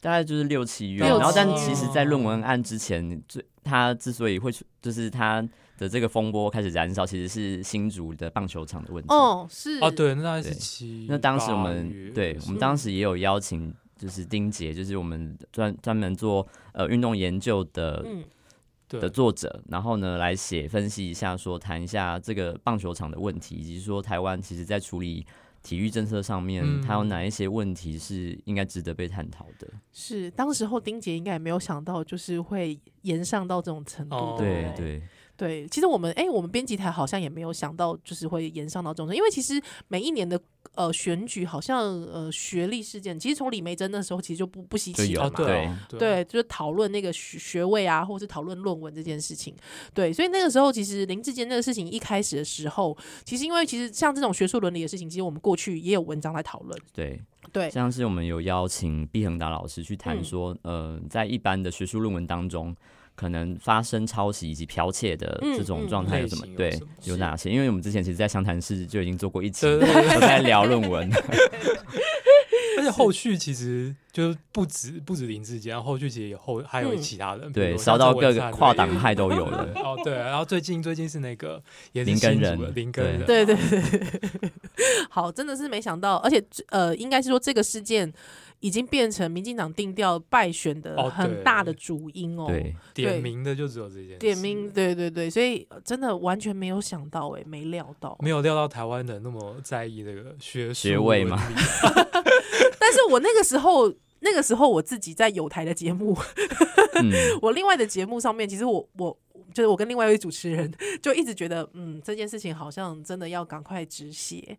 Speaker 3: 大概就是六七月，
Speaker 1: 六
Speaker 3: 然后但
Speaker 1: 七哦
Speaker 3: 其实，在论文案之前，最他之所以会出，就是他的这个风波开始燃烧，其实是新竹的棒球场的问题。
Speaker 1: 哦，是
Speaker 2: 哦，，对，那大概是
Speaker 3: 对
Speaker 2: 七。
Speaker 3: 那当时我
Speaker 2: 八月
Speaker 3: 们对我
Speaker 1: 是
Speaker 3: 们当时也有邀请，就是丁杰，就是我们专专门做呃运动研究的
Speaker 1: 嗯，
Speaker 3: 的
Speaker 2: 对
Speaker 3: 作者，然后呢来写分析一下说，谈一下这个棒球场的问题，以及说台湾其实在处理体育政策上面，
Speaker 2: 嗯
Speaker 3: 它有哪一些问题是应该值得被探讨的。
Speaker 1: 是当时候丁杰应该也没有想到，就是会延上到这种程度
Speaker 2: 哦，
Speaker 3: 对
Speaker 1: 不
Speaker 3: 对，
Speaker 1: 对，其实我们哎、我们编辑台好像也没有想到，就是会延上到这种程度，因为其实每一年的呃选举，好像呃学历事件，其实从李梅珍那时候其实就不不稀
Speaker 3: 就
Speaker 1: 奇
Speaker 3: 有
Speaker 1: 了嘛。
Speaker 2: 哦
Speaker 3: 嘛
Speaker 2: 对哦
Speaker 1: 对，啊就是讨论那个学学位啊，或是讨论论文这件事情。对，所以那个时候其实林志坚那个事情一开始的时候，其实因为其实像这种学术伦理的事情，其实我们过去也有文章来讨论。
Speaker 3: 对
Speaker 1: 对
Speaker 3: 像是我们有邀请毕恒达老师去
Speaker 1: 嗯
Speaker 3: 谈说，呃，在一般的学术论文当中，可能发生抄袭以及剽窃的
Speaker 1: 嗯
Speaker 3: 这种状态有什么？
Speaker 2: 嗯类型有
Speaker 3: 对
Speaker 2: 什么，
Speaker 3: 有哪些？因为我们之前其实，在详谈室就已经做过一期，
Speaker 2: 对
Speaker 3: 都
Speaker 2: 对对
Speaker 3: 在聊论文。
Speaker 2: 而且后续其实就是不止不止林志坚，后续其实也后还有
Speaker 1: 嗯
Speaker 2: 其他人，比
Speaker 3: 对，
Speaker 2: 如
Speaker 3: 烧到
Speaker 2: 像是
Speaker 3: 各
Speaker 2: 文
Speaker 3: 个
Speaker 2: 灿
Speaker 3: 跨
Speaker 2: 的也
Speaker 3: 党派都有
Speaker 2: 对
Speaker 3: 了。
Speaker 2: 哦，对，然后最近最近是那个也是
Speaker 3: 林根
Speaker 2: 新竹
Speaker 3: 人
Speaker 2: 的林根人，
Speaker 1: 对对对， 好，真的是没想到，而且呃，应该是说这个事件已经变成民进党定调败选的
Speaker 2: 哦
Speaker 1: 很
Speaker 2: 对
Speaker 1: 大的主因哦。
Speaker 3: 对，
Speaker 1: 对
Speaker 2: 点名的就只有这件事
Speaker 1: 点名，对对对，所以呃真的完全没有想到、欸，没料到。
Speaker 2: 没有料到台湾人那么在意这个学术
Speaker 3: 学位嘛
Speaker 2: 伦理，
Speaker 1: 但是我那个时候，那个时候我自己在有台的节目，
Speaker 3: 嗯，
Speaker 1: 我另外的节目上面，其实我我就是我跟另外一位主持人，就一直觉得，嗯，这件事情好像真的要赶快止血。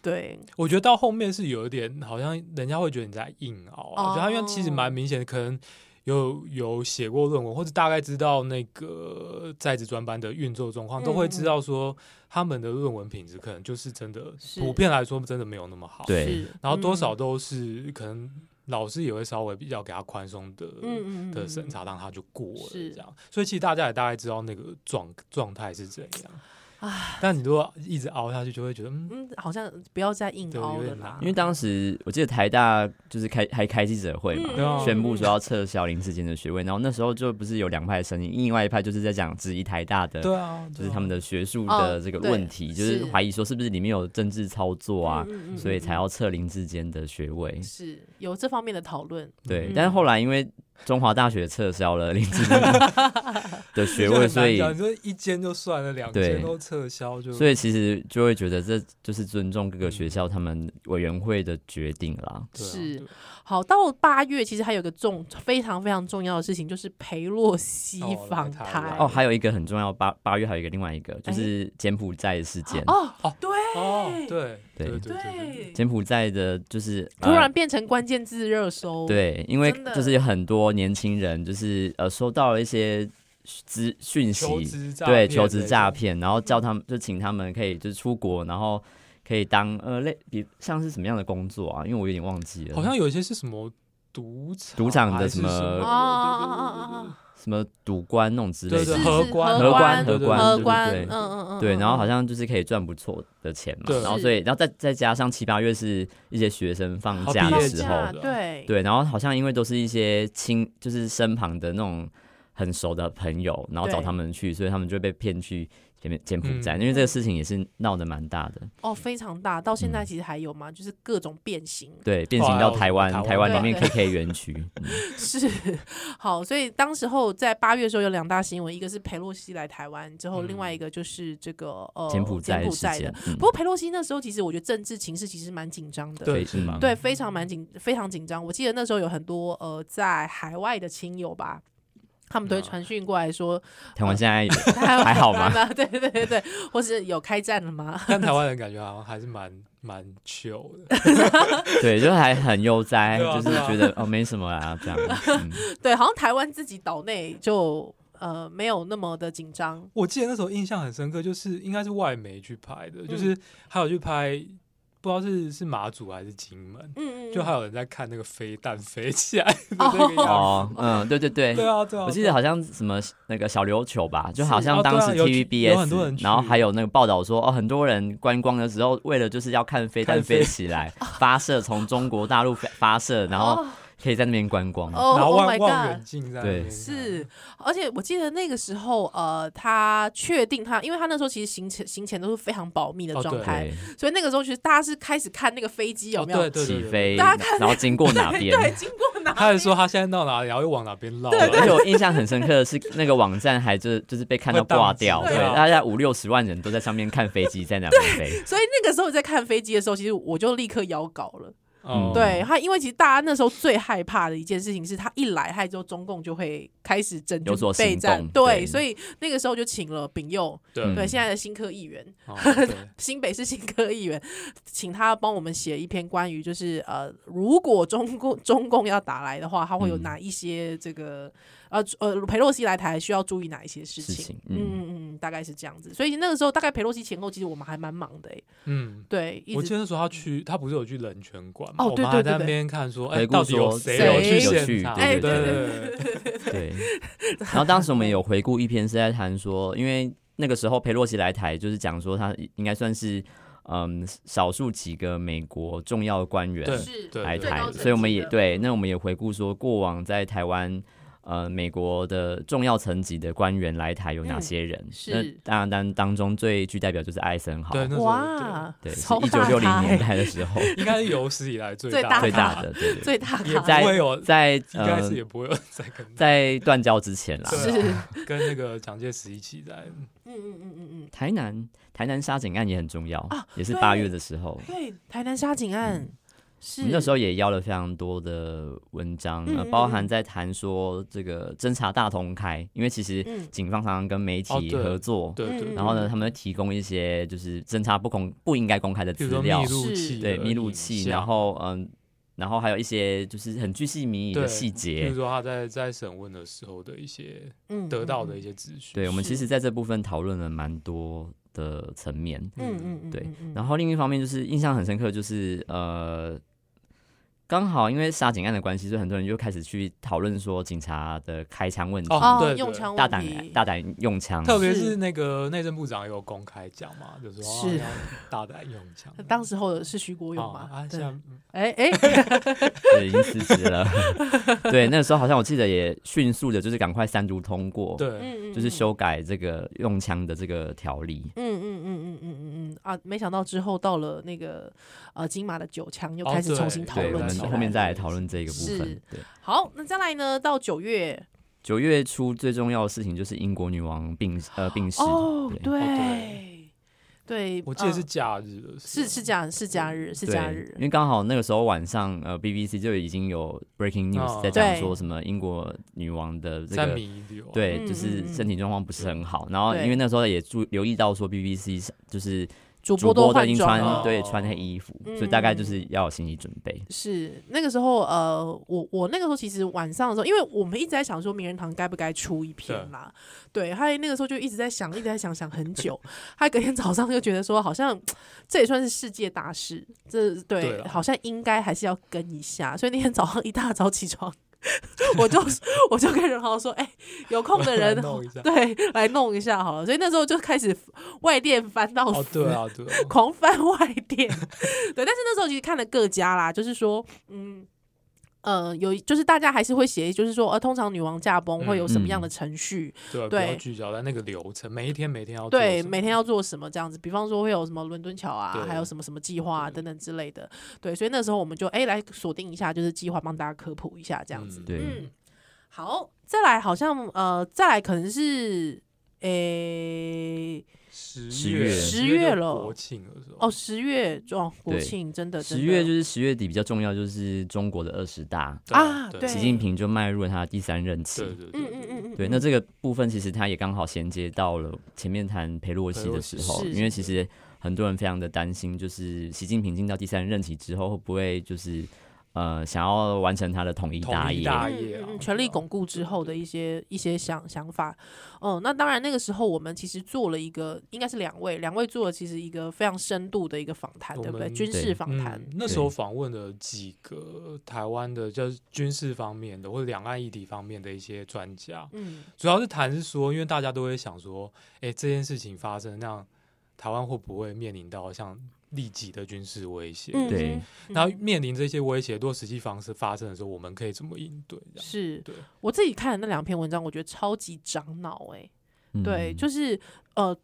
Speaker 1: 对，
Speaker 2: 我觉得到后面是有一点，好像人家会觉得你在硬熬、啊，
Speaker 1: 哦
Speaker 2: 就他因为其实蛮明显的，可能有有写过论文，或者大概知道那个在职专班的运作状况，
Speaker 1: 嗯
Speaker 2: 都会知道说他们的论文品质可能就是真的
Speaker 1: 是
Speaker 2: 普遍来说真的没有那么好，
Speaker 3: 对
Speaker 1: 是
Speaker 2: 然后多少
Speaker 1: 嗯
Speaker 2: 都是可能老师也会稍微比较给他宽松的。
Speaker 1: 嗯嗯
Speaker 2: 的审
Speaker 1: 嗯
Speaker 2: 查，让他就过了
Speaker 1: 是
Speaker 2: 这样，所以其实大家也大概知道那个状状态是怎样。
Speaker 1: 啊，
Speaker 2: 但你如果一直熬下去，就会觉得嗯，
Speaker 1: 嗯，好像不要再硬
Speaker 2: 对
Speaker 1: 凹
Speaker 2: 有
Speaker 1: 了
Speaker 2: 点
Speaker 1: 啦
Speaker 2: 难
Speaker 3: 因。为当时我记得台大就是开还开记者会嘛，
Speaker 1: 嗯
Speaker 2: 对啊
Speaker 3: 宣布说要撤销林志坚的学位，然后那时候就不是有两派声音，另外一派就是在讲质疑台大的
Speaker 2: 对啊，
Speaker 3: 就是他们
Speaker 2: 的
Speaker 3: 的学术
Speaker 1: 哦
Speaker 3: 的这个问题，
Speaker 1: 对
Speaker 3: 就是
Speaker 1: 是
Speaker 3: 怀疑说是不是里面有政治操作啊，
Speaker 1: 嗯嗯嗯
Speaker 3: 所以才
Speaker 1: 嗯
Speaker 3: 要撤林志坚的学位
Speaker 1: 嗯。是有这方面的讨论。
Speaker 3: 对，
Speaker 1: 嗯
Speaker 3: 但是后来因为中华大学撤销了林志坚的的 学
Speaker 2: 就很
Speaker 3: 位，
Speaker 2: 难
Speaker 3: 所以
Speaker 2: 讲你说一间就算了，两
Speaker 3: 对
Speaker 2: 间都撤销就，
Speaker 3: 所以其实就会觉得这就是尊重各个
Speaker 1: 嗯
Speaker 3: 学校他们委员会的决定啦。
Speaker 2: 对啊
Speaker 1: 是
Speaker 2: 对
Speaker 1: 好，到八月其实还有一个重非常非常重要的事情，就是裴洛西
Speaker 2: 哦
Speaker 1: 访
Speaker 2: 来台
Speaker 1: 台
Speaker 2: 湾
Speaker 3: 哦，还有一个很重要，八八月还有一个另外一个就是柬埔寨的事件。
Speaker 1: 哎哦
Speaker 2: 哦
Speaker 1: 对
Speaker 2: 哦，对
Speaker 3: 对
Speaker 2: 对对对，
Speaker 1: 对，
Speaker 3: 柬埔寨的就是
Speaker 1: 突
Speaker 3: 呃
Speaker 1: 然变成关键字热搜，，
Speaker 3: 对，因为
Speaker 1: 真的
Speaker 3: 就是有很多年轻人，就是呃，收到了一些资讯
Speaker 2: 求
Speaker 3: 息，
Speaker 2: 职诈
Speaker 3: 对，
Speaker 2: 骗嗯
Speaker 3: 求职
Speaker 2: 那
Speaker 3: 诈
Speaker 2: 种，
Speaker 3: 骗，然后叫他们就请他们可以就是出国，然后可以当呃类比像是什么样的工作啊？因为我有点忘记了，
Speaker 2: 好像有一些是什么赌场
Speaker 3: 赌场的
Speaker 2: 还
Speaker 3: 什
Speaker 2: 是
Speaker 3: 么
Speaker 2: 什
Speaker 3: 哦
Speaker 1: 哦
Speaker 3: 什么赌官那种之类
Speaker 2: 对对
Speaker 3: 的
Speaker 2: 对，
Speaker 1: 是
Speaker 2: 荷
Speaker 1: 是
Speaker 2: 官
Speaker 1: 荷
Speaker 3: 官
Speaker 2: 对
Speaker 3: 荷
Speaker 2: 对
Speaker 3: 官
Speaker 2: 对
Speaker 1: 荷
Speaker 2: 对
Speaker 1: 官，
Speaker 3: 对
Speaker 1: 嗯嗯嗯，
Speaker 3: 对，
Speaker 1: 嗯
Speaker 3: 然后好
Speaker 1: 嗯
Speaker 3: 像就是可以赚不错的钱嘛，
Speaker 2: 对
Speaker 3: 然后
Speaker 1: 是
Speaker 3: 所以然后再再加上七八月是一些学生放
Speaker 2: 好
Speaker 3: 假
Speaker 2: 毕
Speaker 3: 的
Speaker 2: 业
Speaker 3: 时
Speaker 2: 季
Speaker 3: 候，
Speaker 1: 放假对，
Speaker 3: 对，然后好像因为都是一些亲，就是身旁的那种很熟的朋友，然后找
Speaker 1: 对
Speaker 3: 他们去，所以他们就被骗去柬埔柬埔寨，
Speaker 2: 嗯
Speaker 3: 因为这个事情也是闹得蛮大的，
Speaker 1: 哦，非常大，到现在其实还有嘛，就是各种变形，
Speaker 3: 对，变形到台湾，
Speaker 2: 哦台湾
Speaker 3: 台湾里面
Speaker 1: 对
Speaker 3: KK 园区，嗯
Speaker 1: 是好，所以当时候在八月的时候有两大新闻，一个是裴洛西来台湾之后，
Speaker 2: 嗯
Speaker 1: 另外一个就是这个
Speaker 2: 哦
Speaker 1: 呃
Speaker 3: 柬埔寨
Speaker 1: 柬
Speaker 3: 的
Speaker 1: 埔
Speaker 3: 事
Speaker 1: 寨
Speaker 3: 件
Speaker 1: 的。，
Speaker 3: 嗯
Speaker 1: 不过裴洛西那时候其实我觉得政治情势其实蛮紧张的，
Speaker 2: 对嗯
Speaker 3: 对
Speaker 2: 是吧？
Speaker 1: 对，非常蛮紧，非常紧张。我记得那时候有很多呃在海外的亲友吧。他们都会
Speaker 2: 嗯
Speaker 1: 传讯过来 说，
Speaker 3: 台湾现 在有
Speaker 1: 台湾
Speaker 3: 还好吗
Speaker 1: 台湾？ 对对对对，或是有开战了吗？
Speaker 2: 但台湾人感觉好像还是蛮蛮 chill 的，
Speaker 3: 对，就还很悠哉，
Speaker 2: 对啊
Speaker 3: 就是
Speaker 2: 对啊
Speaker 3: 觉得哦没什么啦， 这样，嗯
Speaker 1: 对，好像台湾自己岛内就呃没有那么的紧张。
Speaker 2: 我记得那时候印象很深刻，就是应该是外媒去拍的，就是还有去拍，不知道是是马祖还是金门，
Speaker 1: 嗯嗯，
Speaker 2: 就还
Speaker 1: 嗯
Speaker 2: 有人在看那个飞弹飞起来的那个样子。
Speaker 3: 哦，嗯，对对对。
Speaker 2: 对啊，对啊，
Speaker 3: 我记
Speaker 2: 对
Speaker 3: 得
Speaker 2: 啊
Speaker 3: 好像什么那个小琉球吧，就好
Speaker 2: 哦
Speaker 3: 像
Speaker 2: 对啊
Speaker 3: 当时
Speaker 2: 有去有
Speaker 3: TVBS，、
Speaker 2: 很多人去
Speaker 3: 然后还有那个报道说，哦，很多人观光的时候，为了就是要看飞弹
Speaker 2: 看飞
Speaker 3: 飞起来，发射从中国大陆发发射，然后
Speaker 1: 哦
Speaker 3: 可以在那边观光。
Speaker 1: 哦
Speaker 2: 然后
Speaker 1: oh
Speaker 2: 望
Speaker 1: my
Speaker 2: 望
Speaker 1: god，
Speaker 2: 远镜在那
Speaker 3: 对
Speaker 2: 边看
Speaker 1: 是，而且我记得那个时候，呃，他确定他，因为他那时候其实行前行前都是非常保密的
Speaker 2: 哦
Speaker 1: 状
Speaker 2: 对
Speaker 1: 态，
Speaker 3: 对，
Speaker 1: 所以那个时候其实大家是开始看那个飞机有
Speaker 2: 哦
Speaker 1: 没有、
Speaker 2: 对对对
Speaker 3: 起
Speaker 2: 对，
Speaker 3: 飞，
Speaker 1: 大家看
Speaker 3: 然后经过哪边？
Speaker 1: 对经过哪里？
Speaker 2: 他还说他现在到哪里，然后又往哪边绕，啊
Speaker 3: 哦
Speaker 2: 哦
Speaker 3: 而且我印象很深刻的是，那个网站还就是就是被看到
Speaker 2: 会宕机
Speaker 3: 挂掉，
Speaker 2: 对
Speaker 3: 对，
Speaker 2: 啊
Speaker 3: 大概五六十万人都在上面看飞机在哪边飞。
Speaker 1: 所以那个时候在看飞机的时候，其实我就立刻摇稿了。
Speaker 2: 哦
Speaker 3: 嗯
Speaker 1: 对他，因为其实大家那时候最害怕的一件事情是他一来害之后，中共就会开始整
Speaker 3: 有所
Speaker 1: 军备
Speaker 3: 行
Speaker 1: 战。
Speaker 3: 动
Speaker 1: 对，
Speaker 3: 对
Speaker 1: 所以那个时候就请了丙佑，
Speaker 2: 对
Speaker 3: 嗯
Speaker 1: 对现在的新科议员，
Speaker 2: 哦 对
Speaker 1: 新北市新科议员，请他帮我们写一篇关于就是呃，如果中共中共要打来的话，他会有
Speaker 3: 嗯
Speaker 1: 哪一些这个、呃呃裴洛西来台需要注意哪一些事情？
Speaker 3: 事情
Speaker 1: 嗯
Speaker 3: 嗯
Speaker 1: 嗯嗯，大概是这样子。所以那个时候大概裴洛西前后，其实我们还蛮忙的、欸，
Speaker 2: 嗯。
Speaker 1: 对，一
Speaker 2: 我
Speaker 1: 直
Speaker 2: 记得那时候他去，他不是有去人权馆
Speaker 1: 哦
Speaker 2: 嘛？我
Speaker 1: 对
Speaker 2: 们
Speaker 1: 对对
Speaker 2: 还在那
Speaker 1: 对
Speaker 2: 边看说，哎，
Speaker 3: 回顾
Speaker 2: 到底有
Speaker 3: 说
Speaker 2: 谁
Speaker 1: 谁
Speaker 2: 有去
Speaker 1: 有
Speaker 3: 去
Speaker 2: 现场？
Speaker 3: 对
Speaker 2: 对
Speaker 3: 对
Speaker 1: 对
Speaker 2: 对对，
Speaker 3: 对，然后当时我们也有回顾一篇是在谈说，因为那个时候佩洛西来台，就是讲说他应该算是嗯少数几个美国重要的官员
Speaker 2: 对
Speaker 1: 是
Speaker 2: 对
Speaker 3: 来
Speaker 2: 对
Speaker 3: 台
Speaker 1: 最高，层
Speaker 3: 所以我们
Speaker 1: 级
Speaker 3: 也
Speaker 1: 的
Speaker 3: 对，那我们也回顾说过往在台湾。呃，美国的重要层级的官员来台有
Speaker 2: 嗯
Speaker 3: 哪些人？
Speaker 1: 是
Speaker 3: 那当然当当中最具代表就是艾森豪，
Speaker 2: 对那时候
Speaker 1: 哇，
Speaker 3: 对，是
Speaker 1: 超
Speaker 3: 一九
Speaker 1: 大
Speaker 3: 六零
Speaker 1: 咖
Speaker 3: 年
Speaker 1: 欸
Speaker 3: 代的时候
Speaker 2: 应该是有史以来最
Speaker 1: 最
Speaker 2: 大
Speaker 1: 大
Speaker 3: 最
Speaker 1: 咖
Speaker 3: 大的，对对对，
Speaker 1: 最大
Speaker 2: 也
Speaker 1: 咖
Speaker 2: 不
Speaker 3: 在
Speaker 2: 会有，
Speaker 3: 在
Speaker 2: 应该是
Speaker 3: 呃
Speaker 2: 也不会有再跟
Speaker 3: 在断交之前啦，
Speaker 2: 对啊
Speaker 1: 是，
Speaker 2: 跟那个蒋介石一起在，
Speaker 1: 嗯嗯嗯嗯嗯，
Speaker 3: 台南台南杀警案也很重要，
Speaker 1: 啊
Speaker 3: 也是
Speaker 1: 对
Speaker 3: 八月的时候，
Speaker 1: 对，台南杀警案、
Speaker 3: 嗯我
Speaker 1: 是
Speaker 3: 们那时候也邀了非常多的文章，
Speaker 1: 嗯
Speaker 3: 呃
Speaker 1: 嗯
Speaker 3: 包含在谈说这个侦查大同开，因为其实
Speaker 1: 嗯
Speaker 3: 警方常常跟媒
Speaker 2: 哦
Speaker 3: 体
Speaker 2: 对
Speaker 3: 合作，
Speaker 2: 对对
Speaker 1: 嗯
Speaker 3: 然后呢，他们会提供一些就是侦查不公不应该公开的
Speaker 2: 比
Speaker 3: 资
Speaker 2: 如说
Speaker 3: 料
Speaker 2: 密，录器，
Speaker 3: 对密录器，然后嗯，然后还有一些就是很巨细靡遗的
Speaker 2: 对
Speaker 3: 细
Speaker 2: 比如
Speaker 3: 节。
Speaker 2: 说他在在审问的时候的一些
Speaker 1: 嗯
Speaker 2: 得到的一
Speaker 1: 些，
Speaker 2: 些资讯，
Speaker 3: 对，我们
Speaker 1: 是
Speaker 3: 其实在这部分讨论了蛮多的层面。
Speaker 1: 嗯嗯嗯，
Speaker 3: 对
Speaker 1: 嗯嗯
Speaker 3: 然后另一方面就是印象很深刻，就是呃，刚好因为杀警案的关系，所以很多人就开始去讨论说警察的开枪问题，
Speaker 2: 哦
Speaker 1: 哦，
Speaker 2: 对
Speaker 1: 用
Speaker 2: 对
Speaker 1: 枪
Speaker 3: 大
Speaker 1: 问
Speaker 3: 胆
Speaker 1: 题
Speaker 3: 大胆用枪，
Speaker 2: 特别
Speaker 1: 是
Speaker 2: 是那个内政部长有公开讲嘛，就说
Speaker 1: 是
Speaker 2: 啊要大胆用枪，
Speaker 1: 当时候是徐国勇
Speaker 2: 哦
Speaker 1: 嘛？
Speaker 2: 啊，
Speaker 1: 对
Speaker 2: 现，在
Speaker 3: 嗯
Speaker 1: 哎 哎，
Speaker 3: 对已经辞职了。 对，那个时候好像我记得也迅速的，就是赶快三读通过，
Speaker 2: 对
Speaker 1: 嗯嗯，
Speaker 3: 就是修改这个用枪的这个条例。
Speaker 1: 嗯，嗯嗯嗯嗯嗯嗯嗯啊！没想到之后到了那个呃金马的九强，又
Speaker 2: 哦
Speaker 1: 开始重
Speaker 2: 对
Speaker 1: 新讨
Speaker 3: 对，我
Speaker 1: 论
Speaker 3: 们
Speaker 1: 起来。
Speaker 3: 后面再来讨论这个部
Speaker 1: 是
Speaker 3: 分。对，
Speaker 1: 好，那再来呢？到九月，
Speaker 3: 九月初最重要的事情就是英国女王病呃病逝，
Speaker 1: 哦，
Speaker 3: 对，
Speaker 1: 对对，
Speaker 2: 我记得
Speaker 1: 嗯
Speaker 2: 是假日了，
Speaker 1: 是是假是假日是假
Speaker 3: 对
Speaker 1: 日
Speaker 3: 因，为刚好那个时候晚上呃 BBC 就已经有 breaking news
Speaker 2: 哦
Speaker 3: 在讲
Speaker 1: 对
Speaker 3: 说什么英国女王的这
Speaker 2: 三
Speaker 3: 个
Speaker 2: 米一流，，
Speaker 3: 对，
Speaker 1: 嗯
Speaker 3: 就是
Speaker 1: 嗯嗯
Speaker 3: 身体状况不是很好。然后
Speaker 1: 对
Speaker 3: 因为那时候也注留意到说 BBC 是就是
Speaker 1: 主
Speaker 3: 主
Speaker 1: 播
Speaker 3: 播都已
Speaker 1: 换
Speaker 3: 经
Speaker 1: 装
Speaker 3: 穿
Speaker 1: 了。
Speaker 3: 对穿黑衣服，
Speaker 1: 嗯
Speaker 3: 所以大概就是要有心理准备。
Speaker 1: 是那个时候，呃，我我那个时候其实晚上的时候，因为我们一直在想说名人堂该不该出一篇
Speaker 2: 对
Speaker 1: 啦，对，还有那个时候就一直在想，一直在想，想很久，还隔天早上就觉得说，好像这也算是世界大事，这对，
Speaker 2: 对啊啦
Speaker 1: 好像应该还是要跟一下，所以那天早上一大早起床。我 就我就跟任豪说，哎、有空的人
Speaker 2: 来 弄 一下
Speaker 1: 对来弄一下好了。所以那时候就开始外电翻到
Speaker 2: 哦，
Speaker 1: 死，
Speaker 2: 对啊，对啊
Speaker 1: 狂翻外电。 对，但是那时候其实看了各家啦，就是说，嗯。呃，有就是大家还是会写，就是说，呃，通常女王驾崩会有什么样的程序？
Speaker 2: 对啊，不
Speaker 1: 对
Speaker 2: 要聚焦在那个流程，每一天每天要做
Speaker 1: 对，
Speaker 2: 什么
Speaker 1: 每天要做什么这样子？比方说会有什么伦敦桥啊，
Speaker 2: 对
Speaker 1: 还有什么什么计划、啊、
Speaker 2: 对
Speaker 1: 等等之类的。对，所以那时候我们就哎、来锁定一下，就是计划帮大家科普一下这样子。
Speaker 2: 嗯
Speaker 3: 对
Speaker 1: 嗯，好，再来好像呃，再来可能是诶、
Speaker 2: 十
Speaker 3: 十
Speaker 2: 月
Speaker 3: 月
Speaker 1: 十
Speaker 2: 就
Speaker 1: 月了
Speaker 2: 国庆的时候
Speaker 1: 哦，十月哦，国
Speaker 3: 对
Speaker 1: 庆真的
Speaker 3: 十月就是是十月底比较重要，就是中国的二十大，
Speaker 1: 啊对
Speaker 3: 习近平就迈入了他第三任期。
Speaker 2: 对对
Speaker 1: 嗯
Speaker 2: 对
Speaker 1: 嗯嗯嗯，
Speaker 3: 对，那这个部分其实他也刚好衔接到了前面谈裴洛西的时候，
Speaker 1: 裴洛西
Speaker 3: 因为其实很多人非常的担心，就是习近平进到第三任期之后，会不会就是呃想要完成他的统一
Speaker 2: 统
Speaker 3: 大
Speaker 2: 一
Speaker 3: 业？
Speaker 2: 大
Speaker 1: 嗯
Speaker 2: 业啊
Speaker 1: 嗯嗯，权力
Speaker 2: 对啊
Speaker 1: 巩固之后的一些一些想想法。哦，那当然那个时候我们其实做了一个，应该是两位，两位做了其实一个非常深度的一个访谈，
Speaker 2: 我
Speaker 1: 对不对？
Speaker 2: 们
Speaker 1: 军事
Speaker 3: 对
Speaker 1: 访谈。
Speaker 2: 嗯。那时候
Speaker 3: 对
Speaker 2: 访问了几个台湾的，就是军事方面的或者两岸议题方面的一些专家，
Speaker 1: 嗯，
Speaker 2: 主要是谈是说，因为大家都会想说，哎、这件事情发生，那台湾会不会面临到像立即的军事威胁？
Speaker 1: 嗯
Speaker 3: 对
Speaker 1: 哼
Speaker 2: 然后
Speaker 1: 嗯
Speaker 2: 面临这些威胁，如果实际方式发生的时候，我们可以怎么应对？这样
Speaker 1: 是
Speaker 2: 对，
Speaker 1: 我自己看的那两篇文章，我觉得超级长脑哎、
Speaker 3: 嗯
Speaker 1: 对，就是呃，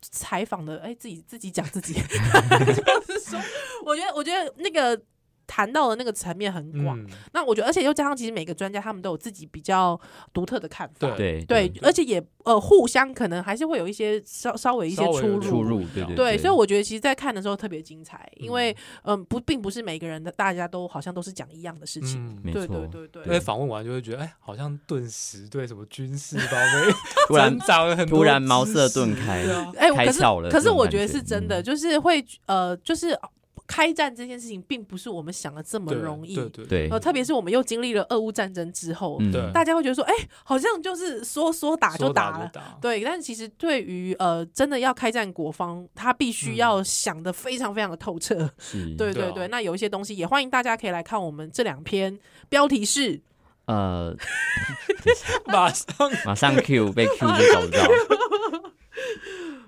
Speaker 1: 采访的，哎、自己自己讲自 己，就是说，我觉得，我觉得那个谈到的那个层面很广。
Speaker 2: 嗯，
Speaker 1: 那我觉得，而且又加上，其实每个专家他们都有自己比较独特的看法，
Speaker 2: 对
Speaker 3: 对
Speaker 1: 对，而且也呃，互相可能还是会有一些稍稍微一些
Speaker 2: 稍微
Speaker 1: 出
Speaker 2: 有
Speaker 1: 入。
Speaker 3: 出入，对
Speaker 2: 对
Speaker 3: 对
Speaker 1: 对，所以我觉得其实，在看的时候特别精彩，因为嗯、不，并不是每个人的大家都好像都是讲一样的事情。
Speaker 2: 嗯
Speaker 3: 没
Speaker 1: 对
Speaker 3: 错
Speaker 1: 对对对
Speaker 2: 因为访问完就会觉得，哎、好像顿时对什么军事方面
Speaker 3: 突然
Speaker 2: 增长了很多
Speaker 3: 突然茅
Speaker 2: 知
Speaker 3: 塞
Speaker 2: 识
Speaker 3: 顿开
Speaker 2: 对啊
Speaker 1: 哎、我
Speaker 3: 开
Speaker 1: 可是
Speaker 3: 窍了
Speaker 1: 可
Speaker 3: 这
Speaker 1: 是
Speaker 3: 种
Speaker 1: 我
Speaker 3: 感
Speaker 1: 觉得
Speaker 3: 觉
Speaker 1: 是真的，
Speaker 3: 嗯
Speaker 1: 就是会呃，就是呃开战这件事情，并不是我们想的这么
Speaker 2: 对
Speaker 1: 容易。
Speaker 2: 对对
Speaker 3: 对
Speaker 1: 呃，特别是我们又经历了俄乌战争之后，
Speaker 3: 嗯
Speaker 2: 对
Speaker 1: 大家会觉得说，哎、好像就是说说打就
Speaker 2: 说
Speaker 1: 打
Speaker 2: 打
Speaker 1: 了
Speaker 2: 就，打，
Speaker 1: 对，但其实对于呃，真的要开战国方，他必须
Speaker 2: 嗯
Speaker 1: 要想的非常非常的透彻。
Speaker 3: 是
Speaker 1: 对
Speaker 2: 对
Speaker 1: 对
Speaker 2: 啊
Speaker 1: 对，那有一些东西也欢迎大家可以来看我们这两篇，标题是
Speaker 3: 呃
Speaker 2: 马上
Speaker 3: 马上 Q 被 Q 就找不 到，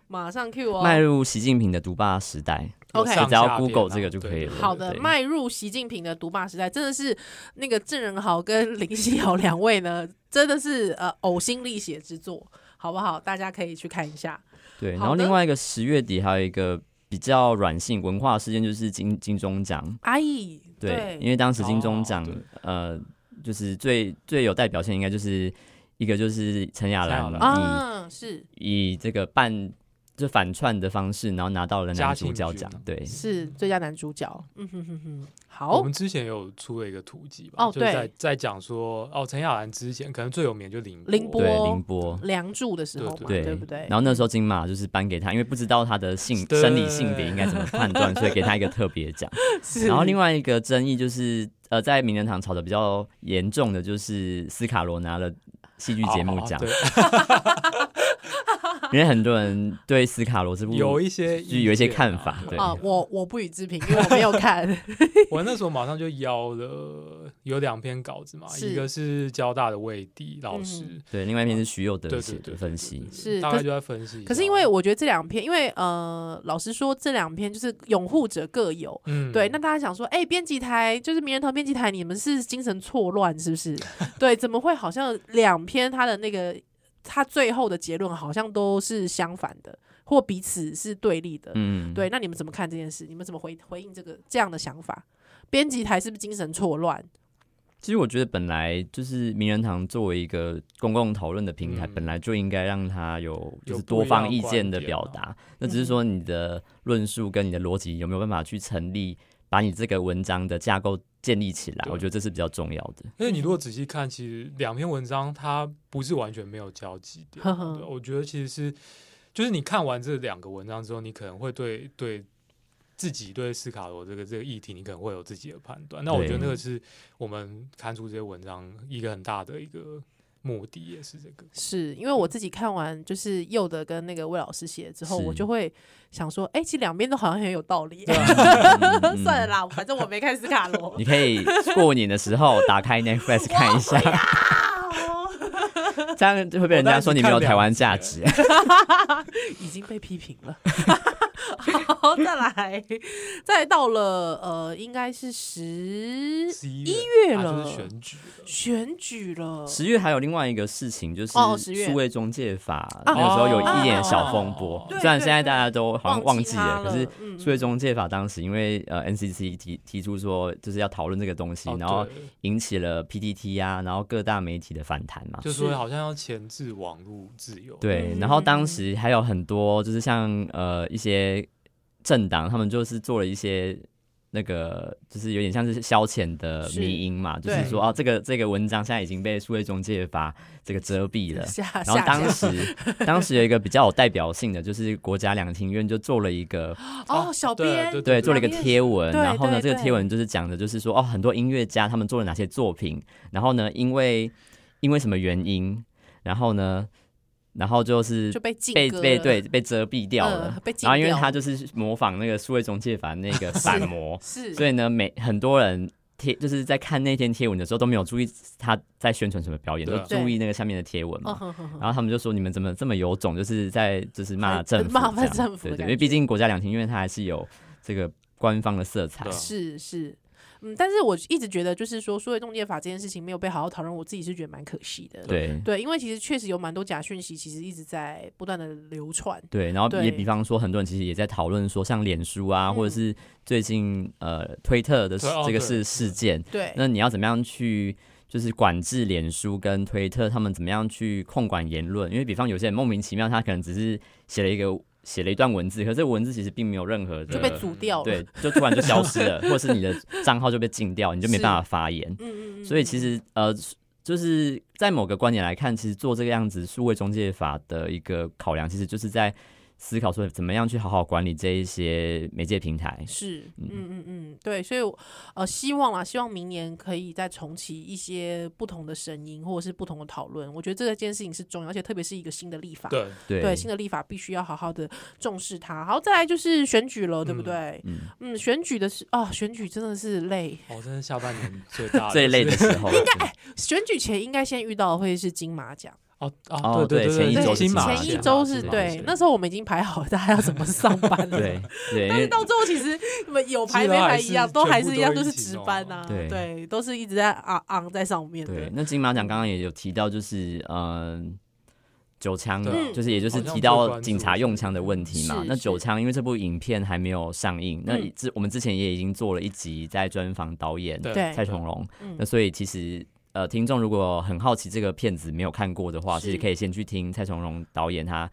Speaker 1: 马上 Q
Speaker 3: 迈
Speaker 1: 哦。
Speaker 3: 入习近平的独霸时代，
Speaker 1: OK
Speaker 3: 就
Speaker 2: 上
Speaker 3: 只要
Speaker 2: 下
Speaker 3: Google 这
Speaker 2: 篇啊
Speaker 3: 个就可
Speaker 2: 对
Speaker 3: 以了。
Speaker 1: 好的，
Speaker 3: 对
Speaker 1: 迈入习近平的独霸时代，真的是那个郑仁豪跟林夕瑶两位呢，真的是呃呕心沥血之作，好不好？大家可以去看一下。
Speaker 3: 对，
Speaker 1: 好
Speaker 3: 然后
Speaker 1: 的
Speaker 3: 另外一个十月底还有一个比较软性文化事件，就是金金钟奖。
Speaker 1: 阿
Speaker 3: 对，
Speaker 1: 对，
Speaker 3: 因为当时金钟
Speaker 2: 哦
Speaker 3: 奖、
Speaker 2: 对
Speaker 3: 呃，就是最最有代表性，应该就是一个就是陈雅
Speaker 2: 陈雅
Speaker 3: 兰以、
Speaker 2: 兰
Speaker 1: 啊是
Speaker 3: 以这个半就反串的方式，然后拿到了
Speaker 2: 嘉
Speaker 3: 男主
Speaker 2: 庆
Speaker 3: 角
Speaker 2: 剧
Speaker 3: 奖
Speaker 2: 嘛。
Speaker 3: 对，
Speaker 1: 是最佳男主角，嗯哼哼哼，
Speaker 2: 我
Speaker 1: 好
Speaker 2: 们，之前有出了一个图集吧，
Speaker 1: 哦
Speaker 2: 就是
Speaker 1: 对
Speaker 2: 在在讲说，哦，陈雅兰之前可能最有名就凌
Speaker 1: 凌波，
Speaker 2: 波
Speaker 3: 对凌波。
Speaker 1: 梁祝的时候嘛，
Speaker 2: 对
Speaker 3: 对
Speaker 1: 不对？
Speaker 3: 然后那时候金马就是颁给他，因为不知道他的性
Speaker 2: 对
Speaker 3: 生理性别应该怎么判断，所以给他一个特别奖。 然后另外一个争议就是，呃，在名人堂吵得比较严重的就是斯卡罗拿了戏剧节目
Speaker 2: 哦
Speaker 3: 奖，
Speaker 2: 对
Speaker 3: 因为很多人对斯卡罗这部
Speaker 2: 有一些
Speaker 3: 就是有一些
Speaker 2: 意见啊
Speaker 3: 看法对
Speaker 1: 啊，我我不予置评，因为我没有看。
Speaker 2: 我那时候马上就邀了有两篇稿子嘛，
Speaker 1: 是嗯
Speaker 2: 一个是交大的魏迪老师，
Speaker 3: 对，另外一篇是徐佑
Speaker 2: 哦对
Speaker 3: 德
Speaker 2: 对
Speaker 3: 写
Speaker 2: 对，
Speaker 3: 的
Speaker 2: 对
Speaker 3: 分析，
Speaker 2: 对对
Speaker 1: 是
Speaker 2: 大
Speaker 1: 可
Speaker 2: 概
Speaker 1: 是
Speaker 2: 就在分析一下。
Speaker 1: 可是因为我觉得这两篇，因为呃，老实说，这两篇就是拥护者各有。
Speaker 2: 嗯
Speaker 1: 对，那大家想说，哎、编辑台就是名人堂编辑台，你们是精神错乱是不是？对，怎么会好像两篇他的那个他最后的结论好像都是相反的，或彼此是对立的？
Speaker 3: 嗯，
Speaker 1: 对，那你们怎么看这件事？你们怎么回回应这个这样的想法？编辑台是不是精神错乱？
Speaker 3: 其实我觉得本来就是名人堂作为一个公共讨论的平台，
Speaker 2: 嗯
Speaker 3: 本来就应该让它有就
Speaker 2: 有不一
Speaker 3: 是多
Speaker 2: 样
Speaker 3: 方
Speaker 2: 的
Speaker 3: 意
Speaker 2: 观
Speaker 3: 见的
Speaker 2: 点
Speaker 3: 表
Speaker 2: 啊
Speaker 3: 达。那只是说你的论述跟你的逻辑有没有办法去成立，把你这个文章的架构建立起来，
Speaker 2: 对
Speaker 3: 我觉得这是比较重要的。
Speaker 2: 而且你如果仔细看，其实两篇文章它不是完全没有交集点。
Speaker 1: 呵呵
Speaker 2: 对我觉得其实是，就是你看完这两个文章之后，你可能会对对自己对斯卡罗这个这个议题，你可能会有自己的判断。那我觉得那个是我们看出这些文章一个很大的一个目的，也是这个。
Speaker 1: 是因为我自己看完就是佑的跟那个魏老师写的之后，
Speaker 3: 是啊
Speaker 1: 我就会想说，哎、其实两边都好像很有道理。
Speaker 3: 嗯
Speaker 1: 算了啦，反正我没看斯卡罗
Speaker 3: 你。可以过年的时候 打开 Netflix 看一下， 这样就会被人家说你没有台湾价值。
Speaker 1: 已经被批评了。好，再来，再到了呃，应该是
Speaker 3: 嗯
Speaker 1: 十
Speaker 2: 十一
Speaker 1: 月
Speaker 2: 啊
Speaker 1: 了
Speaker 2: 就是选举了。
Speaker 1: 选举了，
Speaker 3: 十月还有另外一个事情，就是
Speaker 1: 哦十月
Speaker 3: 数位中介法，那个时候有一点小风波
Speaker 2: 哦。
Speaker 1: 对
Speaker 3: 虽然
Speaker 1: 对
Speaker 3: 现在
Speaker 1: 对
Speaker 3: 大家都好像忘记
Speaker 1: 它
Speaker 3: 了，可是
Speaker 1: 嗯
Speaker 3: 数位中介法当时因为呃 NCC 提提出说就是要讨论这个东西，
Speaker 2: 哦
Speaker 3: 然后
Speaker 2: 对
Speaker 3: 引起了 PTT 啊，然后各大媒体的反弹嘛。
Speaker 2: 就是说好像要前置网络自由。
Speaker 3: 对，
Speaker 1: 嗯
Speaker 3: 然后当时还有很多就是像呃一些政党，他们就是做了一些那个就是有点像是消遣的
Speaker 1: 是
Speaker 3: 迷因嘛，就
Speaker 1: 对
Speaker 3: 是说哦这个这个文章现在已经被数位中介法这个遮蔽了。
Speaker 1: 下
Speaker 3: 然后
Speaker 1: 啊下
Speaker 3: 当
Speaker 1: 下
Speaker 3: 时，当时有一个比较有代表性的，就是国家两厅院就做了一个
Speaker 1: 哦，
Speaker 2: 哦
Speaker 1: 小
Speaker 2: 对
Speaker 1: 编
Speaker 2: 对
Speaker 3: 对，做了一
Speaker 1: 两
Speaker 3: 个
Speaker 1: 边
Speaker 3: 贴文，
Speaker 1: 对
Speaker 3: 然后呢，
Speaker 1: 对
Speaker 3: 这个
Speaker 1: 对
Speaker 3: 贴文就是讲的，就是说哦，很多音乐家他们做了哪些作品，然后呢，因为因为什么原因，然后呢，然后就是
Speaker 1: 就被禁
Speaker 3: 被
Speaker 1: 歌
Speaker 3: 被
Speaker 1: 了
Speaker 3: 对被遮蔽掉了，
Speaker 1: 呃被禁
Speaker 3: 然后因为
Speaker 1: 掉
Speaker 3: 他就是模仿那个数位中介法那 个反模，
Speaker 1: 是，
Speaker 3: 所以呢，每很多人。贴就是在看那篇贴文的时候都没有注意他在宣传什么表演，
Speaker 2: 对
Speaker 3: 都
Speaker 2: 啊
Speaker 3: 注意那个下面的贴文嘛。
Speaker 1: 嗯哼哼哼
Speaker 3: 然后他们就说：“你们怎么这么有种，就是在就是
Speaker 1: 还
Speaker 3: 骂政府这
Speaker 1: 骂
Speaker 3: 样，
Speaker 1: 政府的
Speaker 3: 对对，
Speaker 1: 感
Speaker 3: 因为毕竟国家两厅院它还是有这个官方的色彩
Speaker 2: 对，啊
Speaker 1: 是是。嗯，但是我一直觉得，就是说，数位中介法这件事情没有被好好讨论，我自己是觉得蛮可惜的。
Speaker 3: 对
Speaker 1: 对，因为其实确实有蛮多假讯息，其实一直在不断的流传。
Speaker 3: 对。然后
Speaker 1: 对
Speaker 3: 也比方说，很多人其实也在讨论说，像脸书啊，
Speaker 1: 嗯
Speaker 3: 或者是最近呃推特的事
Speaker 2: 对哦
Speaker 3: 这个
Speaker 2: 对
Speaker 3: 事事件，
Speaker 1: 对，
Speaker 3: 那你要怎么样去？”就是管制脸书跟推特，他们怎么样去控管言论？因为比方有些人莫名其妙，他可能只是写了一个写了一段文字，可是这个文字其实并没有任何的
Speaker 1: 就被阻掉了。
Speaker 3: 嗯对，就突然就消失 了，或是你的账号就被禁掉，你就没办法发言。
Speaker 1: 嗯，嗯嗯。
Speaker 3: 所以其
Speaker 1: 实
Speaker 3: 实呃，就是在某个观点来看，其实做这个样子数位中介法的一个考量，其实就是在思考说怎么样去好好管理这一些媒介平台。
Speaker 1: 是，嗯嗯嗯，对，所以我呃，希望啦，希望明年可以再重启一些不同的声音，或者是不同的讨论。我觉得这件事情是重要，而且特别是一个新的立法，
Speaker 2: 对，
Speaker 3: 对，
Speaker 1: 对新的立法必须要好好的重视它。好，再来就是选举了，对不
Speaker 2: 嗯
Speaker 1: 对？
Speaker 3: 嗯，
Speaker 1: 嗯，选举的是啊，选举真的是累。
Speaker 2: 哦，真是下半年最大
Speaker 3: 最累
Speaker 2: 就
Speaker 3: 的
Speaker 2: 是
Speaker 3: 时 候，嗯
Speaker 1: 选举前应该先遇到的会是金马奖，
Speaker 2: 哦
Speaker 3: 哦
Speaker 2: 哦，
Speaker 3: 对
Speaker 2: 对
Speaker 3: 前
Speaker 2: 对
Speaker 3: 一
Speaker 2: 对，
Speaker 3: 周是
Speaker 2: 金
Speaker 3: 金马啊
Speaker 2: 马
Speaker 1: 前一
Speaker 3: 奖
Speaker 1: 周
Speaker 3: 是
Speaker 1: 是
Speaker 3: 金马
Speaker 1: 对
Speaker 3: 奖，
Speaker 1: 那时候我们已经排好了大家要怎么上班了。
Speaker 3: 对对，因
Speaker 1: 但是
Speaker 3: 为
Speaker 1: 到最后，其 实你们有排
Speaker 2: 记得
Speaker 1: 没
Speaker 2: 还
Speaker 1: 排
Speaker 2: 是
Speaker 1: 一样，都
Speaker 2: 全
Speaker 1: 还
Speaker 2: 部
Speaker 1: 是一
Speaker 2: 都
Speaker 1: 样，
Speaker 2: 一
Speaker 1: 都是
Speaker 2: 起
Speaker 1: 值
Speaker 2: 弄
Speaker 1: 班
Speaker 2: 啊
Speaker 1: 啊，
Speaker 3: 哦对
Speaker 1: 对，都是一直在昂昂在上面
Speaker 3: 对
Speaker 1: 的，。
Speaker 3: 那金马奖刚刚也有提到，就是嗯。九枪
Speaker 2: 对啊
Speaker 3: 就是，也就是
Speaker 2: 好像最
Speaker 3: 提到
Speaker 2: 关
Speaker 3: 警
Speaker 2: 注
Speaker 3: 察
Speaker 2: 的
Speaker 3: 用枪的问题嘛
Speaker 1: 是。
Speaker 3: 那
Speaker 1: 是
Speaker 3: 九枪，因为这部影片还没有上映，那
Speaker 1: 嗯
Speaker 3: 之我们之前也已经做了一集在专访导演
Speaker 2: 对
Speaker 1: 对
Speaker 3: 蔡崇隆。
Speaker 1: 嗯
Speaker 3: 那所以其实呃，听众如果很好奇这个片子没有看过的话，
Speaker 1: 是
Speaker 3: 其实可以先去听蔡崇隆导演他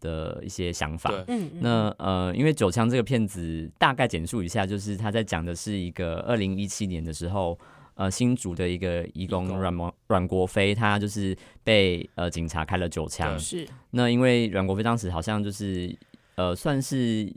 Speaker 3: 的一些想法。
Speaker 2: 对
Speaker 1: 嗯，嗯
Speaker 3: 那呃，因为《九枪》这个片子大概简述一下，就是他在讲的是一个二零一七年的时候，呃，新竹的一个义
Speaker 2: 义
Speaker 3: 工
Speaker 2: 工
Speaker 3: 阮蒙阮国飞，他就是被呃警察开了九枪
Speaker 2: 对。
Speaker 1: 是
Speaker 3: 那因为阮国飞当时好像就是呃，算是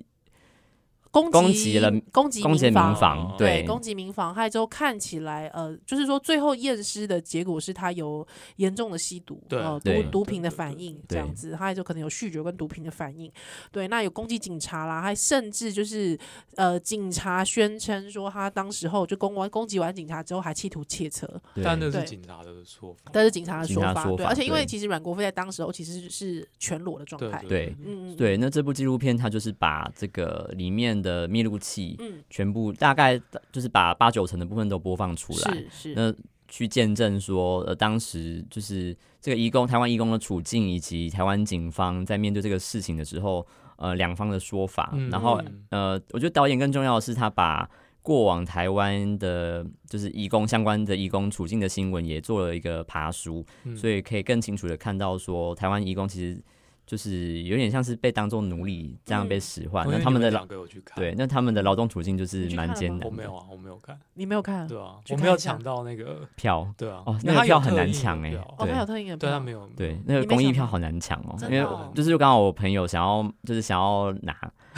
Speaker 1: 攻
Speaker 3: 攻
Speaker 1: 击
Speaker 3: 击了
Speaker 1: 攻击
Speaker 3: 攻击了民
Speaker 1: 房。哦
Speaker 3: 房，
Speaker 1: 对，攻击民房，害之后看起来，呃，就是说最后验尸的结果是他有严重的吸毒，
Speaker 2: 对
Speaker 1: 呃，毒
Speaker 3: 对
Speaker 1: 毒品的反应这
Speaker 3: 对
Speaker 1: 样子，害之后可能有酗酒跟毒品的反应，对，那有攻击警察啦，还甚至就是呃，警察宣称说他当时候就攻完攻击完警察之后还企图窃车，
Speaker 3: 对
Speaker 2: 但那
Speaker 1: 对
Speaker 2: 是警察的说法。
Speaker 1: 但是警察的
Speaker 3: 警
Speaker 1: 说
Speaker 3: 察
Speaker 1: 法，
Speaker 3: 说
Speaker 1: 对，
Speaker 3: 法
Speaker 1: 而且因为
Speaker 3: 对
Speaker 1: 其实阮国飞在当时候其实是全裸的状
Speaker 2: 对
Speaker 1: 态，
Speaker 3: 对
Speaker 1: 嗯嗯，
Speaker 3: 对，那这部纪录片它就是把这个里面的密录器
Speaker 1: 嗯，
Speaker 3: 全部大概就是把八九成的部分都播放出来，
Speaker 1: 是是，
Speaker 3: 那去见证说，呃，当时就是这个义工台湾义工的处境，以及台湾警方在面对这个事情的时候，呃，两方的说法。
Speaker 1: 啊
Speaker 2: 嗯
Speaker 3: 然后
Speaker 2: 嗯
Speaker 3: 呃，我觉得导演更重要的是他把过往台湾的，就是移工相关的移工处境的新闻，也做了一个爬书，
Speaker 2: 嗯
Speaker 3: 所以可以更清楚的看到说，台湾移工其实就是有点像是被当做奴隶这样被使唤，
Speaker 2: 因为
Speaker 3: 那
Speaker 2: 你
Speaker 3: 他们
Speaker 2: 们
Speaker 3: 的劳
Speaker 2: 两个有去看，
Speaker 3: 对，，那他们的劳动处境就是
Speaker 1: 你去看
Speaker 3: 蛮
Speaker 1: 了
Speaker 3: 艰
Speaker 1: 吗
Speaker 3: 难的。
Speaker 2: 我没有啊，我没有看，
Speaker 1: 你没有看
Speaker 2: 对啊，
Speaker 1: 嗯去
Speaker 2: 我
Speaker 1: 看
Speaker 2: 没有
Speaker 1: 一下
Speaker 2: 抢到那个，
Speaker 3: 票
Speaker 2: 对啊，
Speaker 3: 哦
Speaker 2: 因
Speaker 3: 那
Speaker 2: 为
Speaker 3: 个
Speaker 2: 他有
Speaker 3: 票很
Speaker 2: 特
Speaker 3: 难
Speaker 2: 意
Speaker 3: 抢
Speaker 2: 的
Speaker 3: 欸
Speaker 2: 票
Speaker 1: 哦，
Speaker 3: 对
Speaker 1: 他有特意的
Speaker 2: 对他
Speaker 1: 票
Speaker 2: 没有，
Speaker 3: 对，那
Speaker 1: 你
Speaker 3: 个
Speaker 1: 没
Speaker 3: 公益
Speaker 1: 想
Speaker 3: 票
Speaker 1: 到
Speaker 3: 好难抢哦，
Speaker 1: 真
Speaker 3: 因
Speaker 1: 的
Speaker 3: 为
Speaker 1: 哦
Speaker 3: 就是刚好我朋友想要就是想要拿，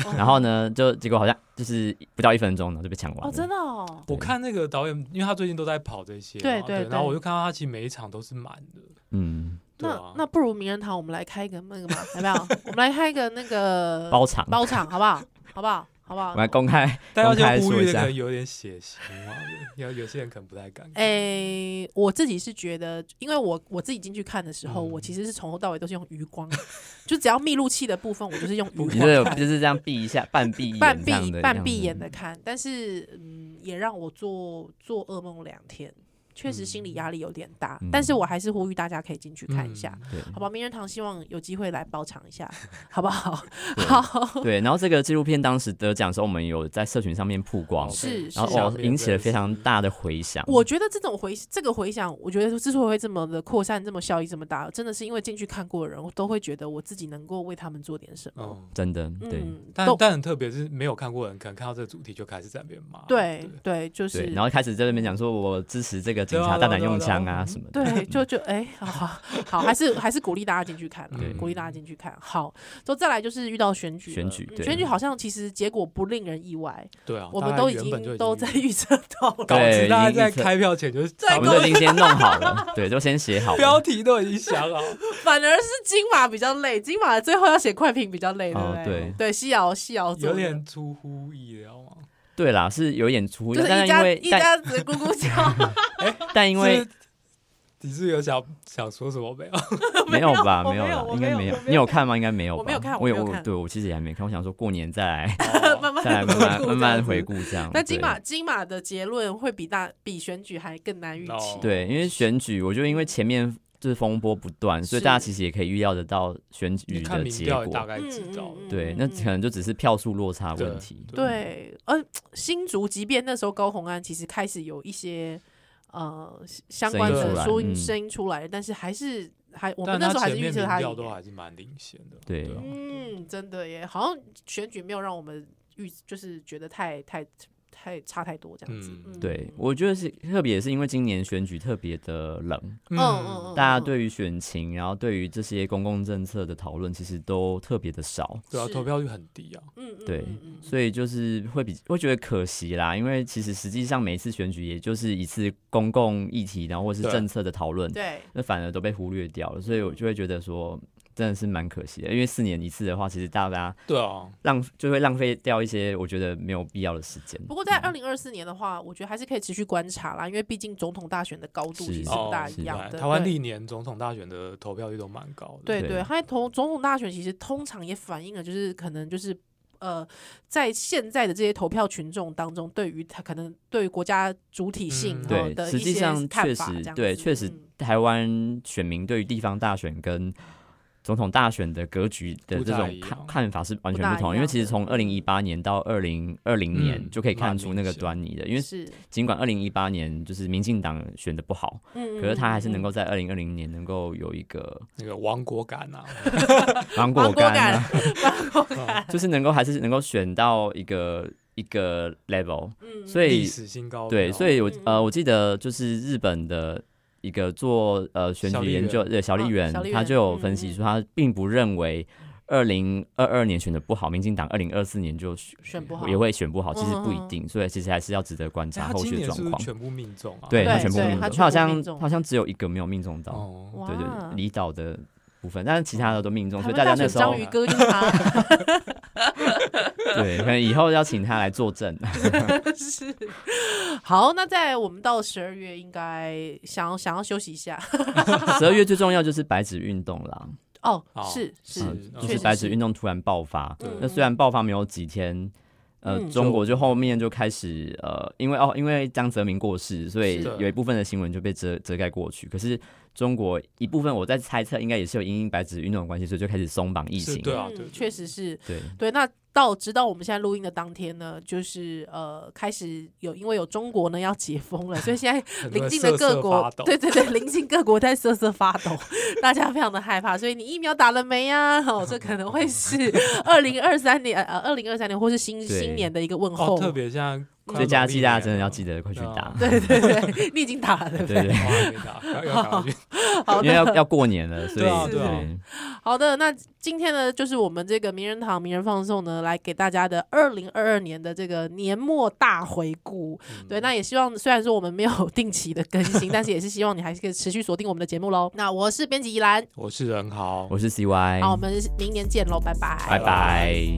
Speaker 1: 哦
Speaker 3: 然后呢就结果好像就是不到一分钟然后就被抢完了。
Speaker 1: 哦，真的哦，
Speaker 2: 我
Speaker 3: 对
Speaker 2: 看那个导演，因为他最近都在跑这些嘛，
Speaker 1: 对对
Speaker 2: 然后
Speaker 1: 对
Speaker 2: 我就看到他其实每一场都是满的，
Speaker 3: 嗯，
Speaker 2: 对
Speaker 1: 那
Speaker 2: 啊，
Speaker 1: 那不如名人堂，我们来开一个那个嘛， 有没有？我们来开一个那个
Speaker 3: 嗯 包场，
Speaker 1: 包场，好不好？好不好？好不好
Speaker 3: 我？们来公开
Speaker 2: 但要
Speaker 3: 公开
Speaker 2: 先呼
Speaker 3: 说
Speaker 2: 吁，
Speaker 3: 一
Speaker 2: 那可
Speaker 3: 下
Speaker 2: 能有点血腥啊，有有些人可能不太敢。
Speaker 1: 哎诶、我自己是觉得，因为我我自己进去看的时候，
Speaker 2: 嗯
Speaker 1: 我其实是从头到尾都是用余光，就只要密录器的部分，我就是用余
Speaker 2: 不
Speaker 1: 光
Speaker 3: 你这
Speaker 1: 看
Speaker 3: 就是这样闭一下，半闭眼
Speaker 1: 半
Speaker 3: 这样
Speaker 1: 闭
Speaker 3: 的
Speaker 1: 半闭
Speaker 3: 这
Speaker 1: 眼
Speaker 3: 样子
Speaker 1: 的看，但是嗯，也让我做做噩梦两天，确实心理压力有点大，
Speaker 3: 嗯
Speaker 1: 但是我还是呼吁大家可以进去看一下。
Speaker 2: 嗯，
Speaker 3: 对
Speaker 1: 好吧，名人堂希望有机会来包场一下，好不好？
Speaker 3: 对
Speaker 1: 好，
Speaker 3: 对，然后这个纪录片当时得奖的时候，我们有在社群上面曝光，
Speaker 1: 是
Speaker 3: 然后
Speaker 1: 是
Speaker 3: 哦引起了非常。大的回响。
Speaker 1: 我觉得这种回这个回响，我觉得之所以会这么的扩散，这么效益这么大，真的是因为进去看过的人都会觉得我自己能够为他们做点什么。
Speaker 2: 嗯，
Speaker 3: 真的对。
Speaker 1: 嗯，
Speaker 2: 但
Speaker 1: 都
Speaker 2: 但很特别是没有看过的人，可能看到这个主题就开始在那边骂。
Speaker 1: 对对，就是
Speaker 3: 对，然后开始在那边讲说，我支持这个警
Speaker 2: 对啊
Speaker 3: 察
Speaker 2: 对啊
Speaker 3: 大胆
Speaker 2: 对啊
Speaker 3: 用
Speaker 2: 对啊
Speaker 3: 枪啊
Speaker 2: 嗯
Speaker 3: 什么的。
Speaker 1: 对，就就哎、好好好，还是还是鼓励大家进去看啦
Speaker 2: 对，
Speaker 1: 鼓励大家进去看。好，就再来就是遇到选举了，
Speaker 3: 选举
Speaker 1: 嗯
Speaker 3: 对
Speaker 1: 选举好像其实结果不令人意外，
Speaker 2: 对啊，
Speaker 1: 我
Speaker 2: 大
Speaker 1: 们
Speaker 2: 家
Speaker 1: 都已
Speaker 2: 原本就
Speaker 1: 经
Speaker 2: 已
Speaker 1: 都
Speaker 2: 经
Speaker 1: 在预测到
Speaker 2: 稿
Speaker 1: 了。
Speaker 3: 对
Speaker 2: 子，大
Speaker 3: 已经
Speaker 2: 家在
Speaker 3: 预测
Speaker 2: 开票前就是
Speaker 1: 在
Speaker 2: 差
Speaker 3: 我
Speaker 2: 不
Speaker 3: 们
Speaker 2: 多
Speaker 3: 都已经先弄好 了，对，都先写好
Speaker 2: 标
Speaker 3: 了。
Speaker 2: 题都已经想好，
Speaker 1: 反而是金马比较累，金马最后要写快评比较累，对不
Speaker 3: 哦
Speaker 1: 对？
Speaker 3: 对
Speaker 1: 对，西瑶西瑶做
Speaker 2: 有
Speaker 1: 的
Speaker 2: 点出乎意料啊嘛。
Speaker 3: 对啦，是有演出，
Speaker 1: 就是
Speaker 3: 但
Speaker 1: 一
Speaker 3: 是因
Speaker 1: 家
Speaker 3: 为
Speaker 1: 一
Speaker 3: 但
Speaker 1: 家子咕咕 叫，
Speaker 3: 但因为
Speaker 2: 是你是有想想说什么没有？
Speaker 3: 没有吧，
Speaker 1: 我没
Speaker 3: 有
Speaker 1: 有
Speaker 3: 啦，
Speaker 1: 我
Speaker 3: 应
Speaker 1: 没
Speaker 3: 该
Speaker 1: 有我
Speaker 3: 没有
Speaker 1: 没。
Speaker 3: 你
Speaker 1: 有
Speaker 3: 有看吗？应该没有吧。
Speaker 1: 我没有看我
Speaker 3: 我
Speaker 1: 没
Speaker 3: 有
Speaker 1: 有
Speaker 3: 我
Speaker 1: 看
Speaker 3: 对我其实也还没看，我想说过年 再来
Speaker 1: 慢慢
Speaker 3: 再来慢
Speaker 1: 回
Speaker 3: 慢
Speaker 1: 顾
Speaker 3: 慢
Speaker 1: 这
Speaker 3: 慢
Speaker 1: 样
Speaker 3: 回
Speaker 1: 子
Speaker 3: 顾这样。
Speaker 1: 那金
Speaker 3: 对
Speaker 1: 马金马的结论会比大比选举还更难预期
Speaker 2: 哦，
Speaker 3: 对，因为选举，我觉得因为前面就是风波不断，所以
Speaker 1: 是
Speaker 3: 大家其实也可以预料得到选
Speaker 2: 你
Speaker 3: 举
Speaker 2: 看
Speaker 3: 的
Speaker 2: 民
Speaker 3: 结
Speaker 2: 调也大
Speaker 3: 果。
Speaker 2: 概知道了，
Speaker 1: 嗯嗯嗯
Speaker 3: 对，那可能就只是票数落差
Speaker 2: 对
Speaker 3: 问题。
Speaker 1: 对，呃，新竹即便那时候高红安其实开始有一些呃相关
Speaker 2: 声音出
Speaker 1: 的
Speaker 2: 来
Speaker 1: 声音
Speaker 3: 嗯
Speaker 1: 声音出来，但是还是还我们
Speaker 2: 但
Speaker 1: 那
Speaker 2: 他
Speaker 1: 时候还
Speaker 2: 前
Speaker 1: 是预
Speaker 2: 面
Speaker 1: 测
Speaker 2: 民
Speaker 1: 他
Speaker 2: 调
Speaker 1: 赢
Speaker 2: 都
Speaker 1: 欸
Speaker 2: 还是蛮领先的。
Speaker 3: 对
Speaker 2: 啊
Speaker 1: 嗯，真的耶，好像选举没有让我们预就是觉得太太太差太多这样子。
Speaker 2: 嗯
Speaker 1: 嗯
Speaker 3: 对，我觉得是特别是因为今年选举特别的冷，
Speaker 1: 嗯嗯嗯，
Speaker 3: 大家对于选情，然后对于这些公共政策的讨论，其实都特别的少，
Speaker 2: 对啊，
Speaker 1: 是
Speaker 2: 投票率很低啊。
Speaker 1: 嗯嗯
Speaker 3: 对
Speaker 1: 嗯嗯嗯
Speaker 3: 所以就是会比会觉得可惜啦。因为其实实际上每一次选举，也就是一次公共议题，然后或是
Speaker 2: 对
Speaker 3: 政策的讨论，
Speaker 1: 对
Speaker 3: 那反而都被忽略掉了，所以我就会觉得说，真的是蛮可惜的。因为四年一次的话，其实大家
Speaker 2: 对啊，
Speaker 3: 浪就会浪费掉一些我觉得没有必要的时间。
Speaker 1: 不过在二零二四年的话，我觉得还是可以持续观察啦，因为毕竟总统大选的高度
Speaker 3: 是
Speaker 1: 其实是
Speaker 2: 哦
Speaker 1: 不大
Speaker 3: 是
Speaker 1: 一样的。
Speaker 2: 台湾
Speaker 1: 对
Speaker 2: 历年总统大选的投票率都蛮高的。
Speaker 1: 对
Speaker 3: 对
Speaker 1: 对，还同总统大选其实通常也反映了，就是可能就是呃，在现在的这些投票群众当中，对于他可能对于国家主体性
Speaker 2: 嗯
Speaker 1: 然后
Speaker 3: 对，
Speaker 1: 的
Speaker 3: 实
Speaker 1: 一
Speaker 3: 际
Speaker 1: 些
Speaker 3: 上
Speaker 1: 看
Speaker 3: 确
Speaker 1: 法这
Speaker 3: 实
Speaker 1: 样
Speaker 3: 对，
Speaker 1: 子
Speaker 3: 确实
Speaker 1: 嗯
Speaker 3: 台湾选民对于地方大选跟总统大选的格局的
Speaker 2: 不
Speaker 3: 这
Speaker 2: 太
Speaker 3: 种
Speaker 2: 一
Speaker 3: 看
Speaker 2: 样
Speaker 3: 看法是完
Speaker 1: 不
Speaker 3: 全
Speaker 1: 大
Speaker 3: 不同，
Speaker 1: 一
Speaker 3: 因为
Speaker 1: 样
Speaker 3: 其实
Speaker 1: 的
Speaker 3: 从二零一八年到二零二零年
Speaker 2: 嗯
Speaker 3: 就可以看
Speaker 2: 蛮
Speaker 3: 出
Speaker 2: 明
Speaker 3: 那个
Speaker 2: 显
Speaker 3: 端倪的，因为
Speaker 1: 是，
Speaker 3: 尽管二零一八年就是民进党选的不好，
Speaker 1: 嗯，
Speaker 3: 可是他还是能
Speaker 1: 够
Speaker 3: 够在二零二零年能够有一个
Speaker 2: 那个亡国感啊，
Speaker 3: 芒
Speaker 1: 芒
Speaker 3: 果
Speaker 1: 果
Speaker 3: 干、啊，
Speaker 1: 干，
Speaker 3: 就是能够还是能够选到一个一个 level，
Speaker 1: 嗯
Speaker 3: 所
Speaker 2: 历
Speaker 3: 以
Speaker 2: 史新高。
Speaker 3: 对，所以我
Speaker 1: 嗯
Speaker 3: 呃我记得就是日本的一个做呃选
Speaker 2: 小
Speaker 3: 举
Speaker 2: 笠
Speaker 3: 研究对小笠
Speaker 1: 哦
Speaker 3: 原
Speaker 1: 小笠，
Speaker 3: 他
Speaker 1: 原
Speaker 3: 就有分析
Speaker 1: 嗯嗯
Speaker 3: 说他并不认为二零二二年选的不好，民进党二零二四年就选
Speaker 1: 选不好
Speaker 3: 也会选不好，其实不一
Speaker 1: 嗯嗯嗯
Speaker 3: 定，所以其实还是要值得观
Speaker 2: 哎
Speaker 3: 察
Speaker 2: 他
Speaker 3: 后
Speaker 2: 今
Speaker 3: 续
Speaker 2: 年
Speaker 3: 的状
Speaker 2: 是不是
Speaker 3: 况。
Speaker 2: 全部命中啊？
Speaker 3: 对他
Speaker 1: 对
Speaker 3: 全部
Speaker 1: 对
Speaker 3: 命
Speaker 1: 他
Speaker 3: 中，
Speaker 1: 全
Speaker 3: 他好
Speaker 1: 部命
Speaker 3: 像
Speaker 1: 中
Speaker 3: 好像只有一个没有命中到，
Speaker 2: 哦，
Speaker 1: 哇
Speaker 3: 对对，离岛的部分，但是其他的都命中，
Speaker 1: 台
Speaker 3: 所以
Speaker 1: 湾
Speaker 3: 大家
Speaker 1: 大
Speaker 3: 那
Speaker 1: 选
Speaker 3: 时候
Speaker 1: 章鱼哥就是他，
Speaker 3: 对，可能以后要请他来 作证。
Speaker 1: 是。好，那在我们到十二月，应该想要想要休息一下
Speaker 3: 十二月最重要就是白纸运动啦，呃
Speaker 1: 哦
Speaker 2: 哦，
Speaker 1: 是是嗯
Speaker 2: 嗯，
Speaker 3: 就
Speaker 1: 确
Speaker 3: 是
Speaker 1: 实
Speaker 3: 白纸运动突然爆发
Speaker 2: 对。
Speaker 3: 那虽然爆发没有几天，呃，
Speaker 1: 嗯
Speaker 3: 中国就后面就开始呃，因为哦，因为江泽民过世，所以
Speaker 1: 是
Speaker 3: 有一部分的新闻就被遮遮盖过去。可是中国一部分我在猜测，应该也是有因因白纸运动的关系，所以就开始松绑疫
Speaker 2: 是
Speaker 3: 情。
Speaker 2: 对啊，
Speaker 1: 嗯
Speaker 2: 对，对
Speaker 1: 确实是
Speaker 3: 对
Speaker 1: 对，那到直到我们现在录音的当天呢，就是呃开始有因为有中国呢要解封了，所以 现在
Speaker 2: 很多
Speaker 1: 邻
Speaker 2: 人
Speaker 1: 近的
Speaker 2: 瑟
Speaker 1: 各
Speaker 2: 瑟
Speaker 1: 国，
Speaker 2: 发抖
Speaker 1: 对对对，邻近各国在瑟瑟发抖，大家非常的害怕，所以你疫苗打了没呀、哦，这可能会 是二零二三年呃二零二三年或是新
Speaker 3: 对
Speaker 1: 新年的一个问候。
Speaker 2: 哦，特别像
Speaker 3: 所以假期大家真的要
Speaker 2: 记
Speaker 3: 记得快去
Speaker 2: 啊
Speaker 3: 打，
Speaker 1: 对对对，你已经打了对不
Speaker 3: 对对，
Speaker 2: 得打，啊要要赶快去
Speaker 1: 好
Speaker 3: 因为
Speaker 1: 的，
Speaker 3: 要要过年了，所以
Speaker 2: 对啊对啊
Speaker 1: 好的，那今天呢，就是我们这个名人堂名人放送呢，来给大家的二零二二年的这个年末大回顾。
Speaker 2: 嗯
Speaker 1: 对，那也希望虽然说我们没有 定期的更新，但是也是希望你还是可以持续锁定我们的节目喽。那我是编辑依兰，
Speaker 2: 我是任豪，
Speaker 3: 我是 CY，
Speaker 1: 好，我们明年见喽，拜拜，
Speaker 3: 拜拜。